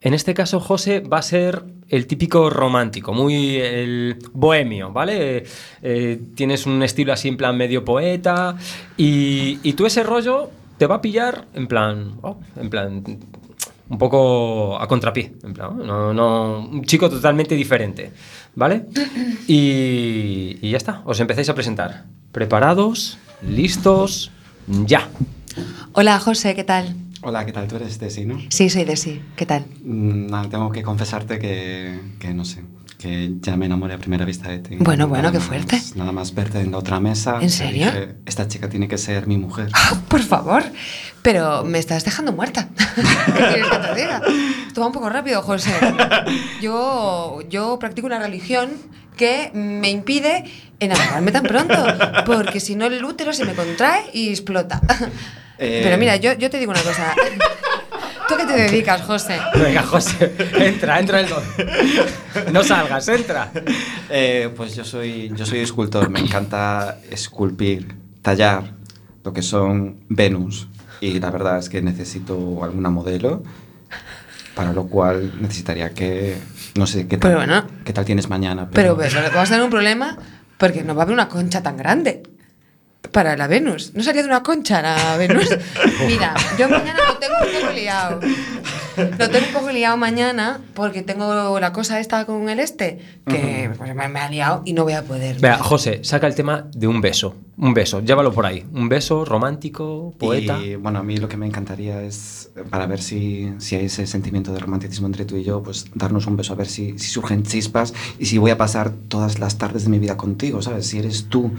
[SPEAKER 5] En este caso, José va a ser el típico romántico, muy el bohemio, ¿vale? Eh, eh, tienes un estilo así en plan medio poeta y, y tú ese rollo te va a pillar en plan, oh, en plan, un poco a contrapié, en plan, oh, no, no, un chico totalmente diferente, ¿vale? Y, y ya está, os empezáis a presentar. Preparados, listos, ya.
[SPEAKER 7] Hola, José, ¿qué tal?
[SPEAKER 6] Hola, ¿qué tal? ¿Tú eres Desi, no?
[SPEAKER 7] Sí, soy de sí. ¿Qué tal?
[SPEAKER 6] Mm, Nada, tengo que confesarte que, que no sé, que ya me enamoré a primera vista de ti.
[SPEAKER 7] Bueno, bueno,
[SPEAKER 6] Nada
[SPEAKER 7] qué
[SPEAKER 6] más-
[SPEAKER 7] fuerte.
[SPEAKER 6] Nada más verte en la otra mesa.
[SPEAKER 7] ¿En
[SPEAKER 6] te
[SPEAKER 7] serio?
[SPEAKER 6] dije, Esta chica tiene que ser mi mujer.
[SPEAKER 7] Ah, por favor. Pero me estás dejando muerta. ¿Qué quieres que te diga? Toma un poco rápido, José. Yo, yo practico una religión que me impide enamorarme tan pronto, porque si no el útero se me contrae y explota.
[SPEAKER 6] Eh.
[SPEAKER 7] Pero mira, yo, yo te digo una cosa. ¿Tú a qué te dedicas, José?
[SPEAKER 5] Venga, José, entra, entra el don. No salgas, entra.
[SPEAKER 6] Eh, pues yo soy, yo soy escultor, me encanta esculpir, tallar lo que son Venus. Y la verdad es que necesito alguna modelo, para lo cual necesitaría que... No sé, ¿qué tal,
[SPEAKER 7] Pero bueno.
[SPEAKER 6] ¿qué tal tienes mañana?
[SPEAKER 7] Pero pues, vamos a tener un problema porque no va a haber una concha tan grande para la Venus. No salía de una concha la Venus. Mira, yo mañana lo tengo un poco liado. Lo tengo un poco liado mañana porque tengo la cosa esta con el este que pues, me, me ha liado y no voy a poder.
[SPEAKER 5] Vea, José, saca el tema de un beso. Un beso, llévalo por ahí. Un beso romántico, poeta.
[SPEAKER 6] Y bueno, a mí lo que me encantaría es, para ver si, si hay ese sentimiento de romanticismo entre tú y yo, pues darnos un beso, a ver si, si surgen chispas y si voy a pasar todas las tardes de mi vida contigo, ¿sabes? Si eres tú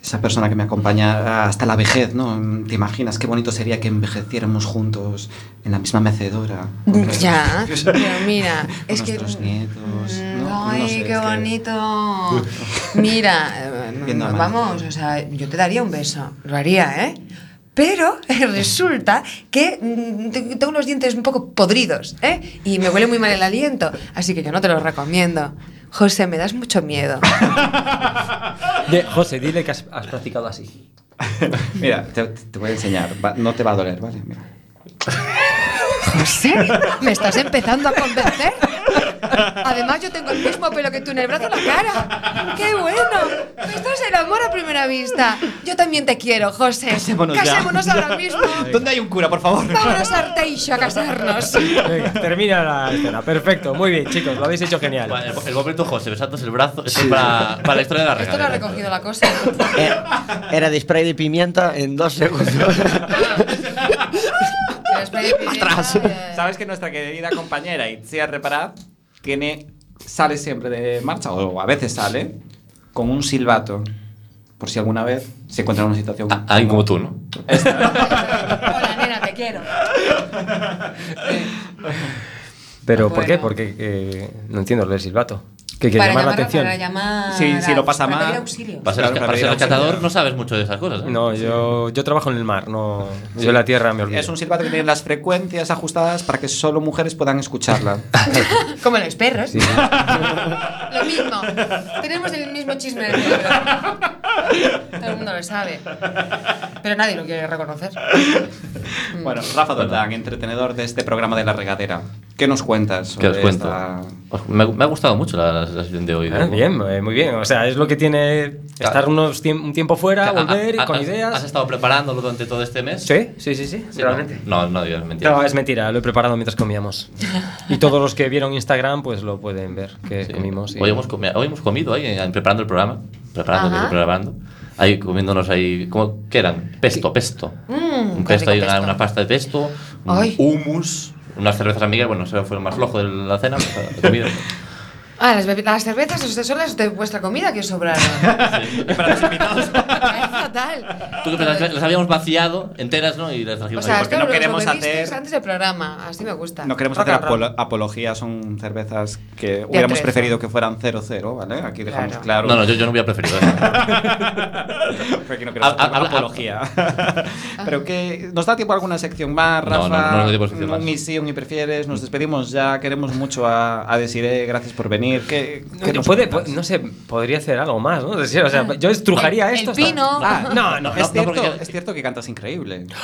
[SPEAKER 6] esa persona que me acompaña hasta la vejez, ¿no? ¿Te imaginas qué bonito sería que envejeciéramos juntos en la misma mecedora?
[SPEAKER 7] Ya, pero mira, es que.
[SPEAKER 6] nuestros nietos,
[SPEAKER 7] Mm,
[SPEAKER 6] ¿no? No
[SPEAKER 7] Ay,
[SPEAKER 6] sé,
[SPEAKER 7] qué
[SPEAKER 6] es que-
[SPEAKER 7] bonito. Mira, eh,
[SPEAKER 6] Viendo a Manuel.
[SPEAKER 7] vamos, o sea, yo te daría un beso, lo haría, ¿eh? Pero resulta que mm, te- tengo los dientes un poco podridos, ¿eh? Y me huele muy mal el aliento, así que yo no te lo recomiendo. José, me das mucho miedo.
[SPEAKER 5] De- José, dile que has, has practicado así.
[SPEAKER 6] Mira, te, te voy a enseñar, va- no te va a doler, ¿vale? Mira.
[SPEAKER 7] José, me estás empezando a convencer. Además, yo tengo el mismo pelo que tú en el brazo y la cara. ¡Qué bueno! Esto es el amor a primera vista. Yo también te quiero, José.
[SPEAKER 6] Casémonos ya.
[SPEAKER 7] Casémonos ahora mismo.
[SPEAKER 6] ¿Dónde hay un cura, por favor?
[SPEAKER 7] Vámonos a Arteixo a casarnos.
[SPEAKER 5] Venga, termina la escena. Perfecto, muy bien, chicos, lo habéis hecho genial.
[SPEAKER 4] Bueno, El, el momento José, besándose el brazo, esto es para, para la historia de la
[SPEAKER 7] Esto lo ha
[SPEAKER 4] regadera.
[SPEAKER 7] recogido la cosa.
[SPEAKER 8] Era, Eh, era de spray de pimienta en dos segundos. Atrás.
[SPEAKER 6] ¿Sabes que nuestra querida compañera Itzia Reparat tiene, sale siempre de marcha, o a veces sale, con un silbato?
[SPEAKER 4] Ah,
[SPEAKER 6] Por si alguna vez se encuentra en una situación.
[SPEAKER 4] A- Alguien como tú, ¿no?
[SPEAKER 7] Hola, nena, te quiero.
[SPEAKER 5] ¿Pero por qué?
[SPEAKER 7] Bueno.
[SPEAKER 5] Porque eh, no entiendo lo del silbato. Que quiere
[SPEAKER 7] Para
[SPEAKER 5] llamar la
[SPEAKER 7] llamar-
[SPEAKER 5] atención.
[SPEAKER 7] para llamar Sí, sí, lo a- pasa para mal. pedir auxilio.
[SPEAKER 4] Para ser,
[SPEAKER 5] Claro,
[SPEAKER 4] para
[SPEAKER 5] para
[SPEAKER 4] ser
[SPEAKER 5] pedir
[SPEAKER 4] rescatador
[SPEAKER 5] auxilio.
[SPEAKER 4] no sabes mucho de esas cosas. ¿eh?
[SPEAKER 5] No, yo, yo trabajo en el mar, no. Yo en la tierra me olvido.
[SPEAKER 6] Es un silbato que tiene las frecuencias ajustadas para que solo mujeres puedan escucharla.
[SPEAKER 7] Como los perros.
[SPEAKER 5] Sí.
[SPEAKER 7] Lo mismo. Tenemos el mismo chisme en el cerebro. Todo el mundo lo sabe. Pero nadie lo quiere reconocer.
[SPEAKER 6] bueno, Rafa Doldán, entretenedor de este programa de la regadera. ¿Qué nos cuentas?
[SPEAKER 4] ¿Qué os
[SPEAKER 6] sobre
[SPEAKER 4] cuento?
[SPEAKER 6] esta-
[SPEAKER 4] Os- Me, me ha gustado mucho la, la sesión de hoy.
[SPEAKER 5] Ah, bien, eh, muy bien. O sea, es lo que tiene estar unos tiemp- un tiempo fuera,
[SPEAKER 4] Ah, ah,
[SPEAKER 5] volver y
[SPEAKER 4] ah,
[SPEAKER 5] con
[SPEAKER 4] has-
[SPEAKER 5] ideas.
[SPEAKER 4] ¿Has estado preparándolo durante todo este mes?
[SPEAKER 5] Sí, sí, sí, sí,
[SPEAKER 4] Sí,
[SPEAKER 5] realmente.
[SPEAKER 4] No, no, no, es mentira.
[SPEAKER 5] No, es mentira, lo he preparado mientras comíamos. Y todos los que vieron Instagram, pues lo pueden ver, que comimos. y-
[SPEAKER 4] Hoy, hemos comi- hoy hemos comido ahí, eh, preparando el programa. Preparando,
[SPEAKER 7] Ajá.
[SPEAKER 4] preparando. Ahí comiéndonos ahí. ¿cómo, ¿Qué eran? Pesto, pesto.
[SPEAKER 7] Mm,
[SPEAKER 4] un
[SPEAKER 7] qué
[SPEAKER 4] pesto,
[SPEAKER 7] rico
[SPEAKER 4] ahí, una,
[SPEAKER 7] pesto.
[SPEAKER 4] una pasta de pesto, un
[SPEAKER 7] Ay.
[SPEAKER 4] hummus, unas cervezas amigas. Bueno, eso fue lo más flojo de la cena. pero la comida.
[SPEAKER 7] Ah, las, bebi- las cervezas ustedes son las de vuestra comida que sobraron. Es fatal.
[SPEAKER 4] Tú que las, las habíamos vaciado enteras, ¿no? Y las trajimos
[SPEAKER 7] O sea,
[SPEAKER 4] ahí.
[SPEAKER 7] esto
[SPEAKER 6] no
[SPEAKER 7] lo
[SPEAKER 6] queremos
[SPEAKER 7] prometeis
[SPEAKER 6] hacer-
[SPEAKER 7] antes del programa. Así me gusta.
[SPEAKER 6] No queremos
[SPEAKER 7] Rock
[SPEAKER 6] hacer
[SPEAKER 7] and roll.
[SPEAKER 6] apolo- apología, son cervezas que hubiéramos
[SPEAKER 7] atrezo.
[SPEAKER 6] preferido que fueran 0-0, ¿vale? Aquí dejamos claro.
[SPEAKER 4] No, no, yo, yo no hubiera preferido eso.
[SPEAKER 6] Porque no queremos
[SPEAKER 4] Ha- ha-
[SPEAKER 6] hacer
[SPEAKER 4] habla-
[SPEAKER 6] apología. Pero que nos da tiempo a alguna sección más,
[SPEAKER 4] No,
[SPEAKER 6] Rafa.
[SPEAKER 4] no, no nos da tiempo a sección
[SPEAKER 6] un
[SPEAKER 4] más.
[SPEAKER 6] y sí, un y prefieres. Nos despedimos ya. Queremos mucho a, a Desiree. Gracias por venir. ¿Qué, qué
[SPEAKER 5] No,
[SPEAKER 6] nos
[SPEAKER 5] puede,
[SPEAKER 6] cuentas?
[SPEAKER 5] pu- no sé, podría hacer algo más, ¿no? Es decir, O sea, yo estrujaría
[SPEAKER 7] Ah. El- el
[SPEAKER 5] esto. hasta-
[SPEAKER 7] pino.
[SPEAKER 5] Ah, no, no, no,
[SPEAKER 6] es,
[SPEAKER 5] no,
[SPEAKER 6] cierto,
[SPEAKER 5] porque-
[SPEAKER 6] es cierto que cantas increíble.
[SPEAKER 7] No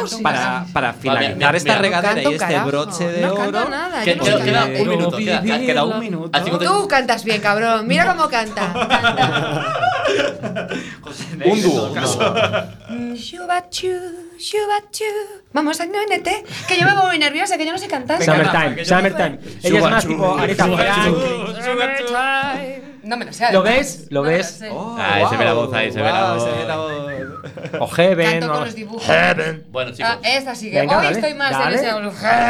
[SPEAKER 7] canto un
[SPEAKER 6] Para,
[SPEAKER 7] carajo.
[SPEAKER 6] para finalizar
[SPEAKER 4] mira,
[SPEAKER 6] esta
[SPEAKER 4] mira.
[SPEAKER 6] regadera
[SPEAKER 7] No
[SPEAKER 6] y
[SPEAKER 7] canto
[SPEAKER 6] este
[SPEAKER 7] un carajo.
[SPEAKER 6] broche de
[SPEAKER 7] No
[SPEAKER 6] oro.
[SPEAKER 7] canto nada,
[SPEAKER 4] Que-
[SPEAKER 7] yo no
[SPEAKER 4] queda-
[SPEAKER 7] canto
[SPEAKER 4] queda
[SPEAKER 7] nada.
[SPEAKER 4] un minuto. Queda,
[SPEAKER 5] vivirla.
[SPEAKER 4] queda un minuto. Al cincuenta-
[SPEAKER 7] Tú cantas bien, cabrón. Mira cómo canta. canta.
[SPEAKER 4] un dúo. un dúo.
[SPEAKER 7] Mm, Shubachu, shubachu. Vamos, añónete. Que yo me pongo muy nerviosa, que yo no sé cantar.
[SPEAKER 5] Summertime, summertime. Ella es más tipo Aretha Franklin.
[SPEAKER 7] No me lo sé.
[SPEAKER 5] ¿Lo
[SPEAKER 7] además.
[SPEAKER 5] ves? ¿Lo
[SPEAKER 7] No me
[SPEAKER 5] ves? Oh,
[SPEAKER 7] sé.
[SPEAKER 4] Ahí se ve Ah, la voz, ahí se ve la
[SPEAKER 6] Oh, Wow,
[SPEAKER 4] voz.
[SPEAKER 6] se ve la voz.
[SPEAKER 5] O Heaven.
[SPEAKER 7] Canto
[SPEAKER 5] o-
[SPEAKER 7] con los dibujos.
[SPEAKER 4] Bueno, chicos.
[SPEAKER 7] Ah, eh, esta sí que.
[SPEAKER 5] Venga,
[SPEAKER 7] Hoy
[SPEAKER 5] dale,
[SPEAKER 7] estoy más
[SPEAKER 5] dale.
[SPEAKER 7] en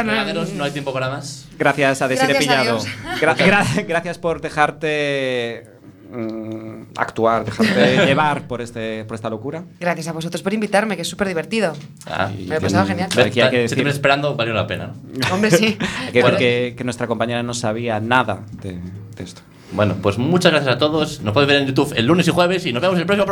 [SPEAKER 4] Regaderos,
[SPEAKER 7] ese.
[SPEAKER 4] no hay tiempo para más.
[SPEAKER 6] Gracias a Desire
[SPEAKER 7] Gracias a
[SPEAKER 6] Pillado.
[SPEAKER 7] Dios.
[SPEAKER 6] Gra- gra- gracias por dejarte mm, actuar, dejarte llevar por, este, por esta locura.
[SPEAKER 7] Gracias a vosotros por invitarme, que es súper divertido.
[SPEAKER 4] Ah,
[SPEAKER 7] Me lo he pasado genial.
[SPEAKER 6] Aquí hay que
[SPEAKER 4] Si
[SPEAKER 6] decir-
[SPEAKER 4] te vienes esperando, valió la pena. ¿no?
[SPEAKER 7] Hombre, sí.
[SPEAKER 6] Hay que
[SPEAKER 4] Bueno.
[SPEAKER 6] decir que, que nuestra compañera no sabía nada de, de esto.
[SPEAKER 4] Bueno, pues muchas gracias a todos. Nos podéis ver en YouTube el lunes y jueves y nos vemos en el próximo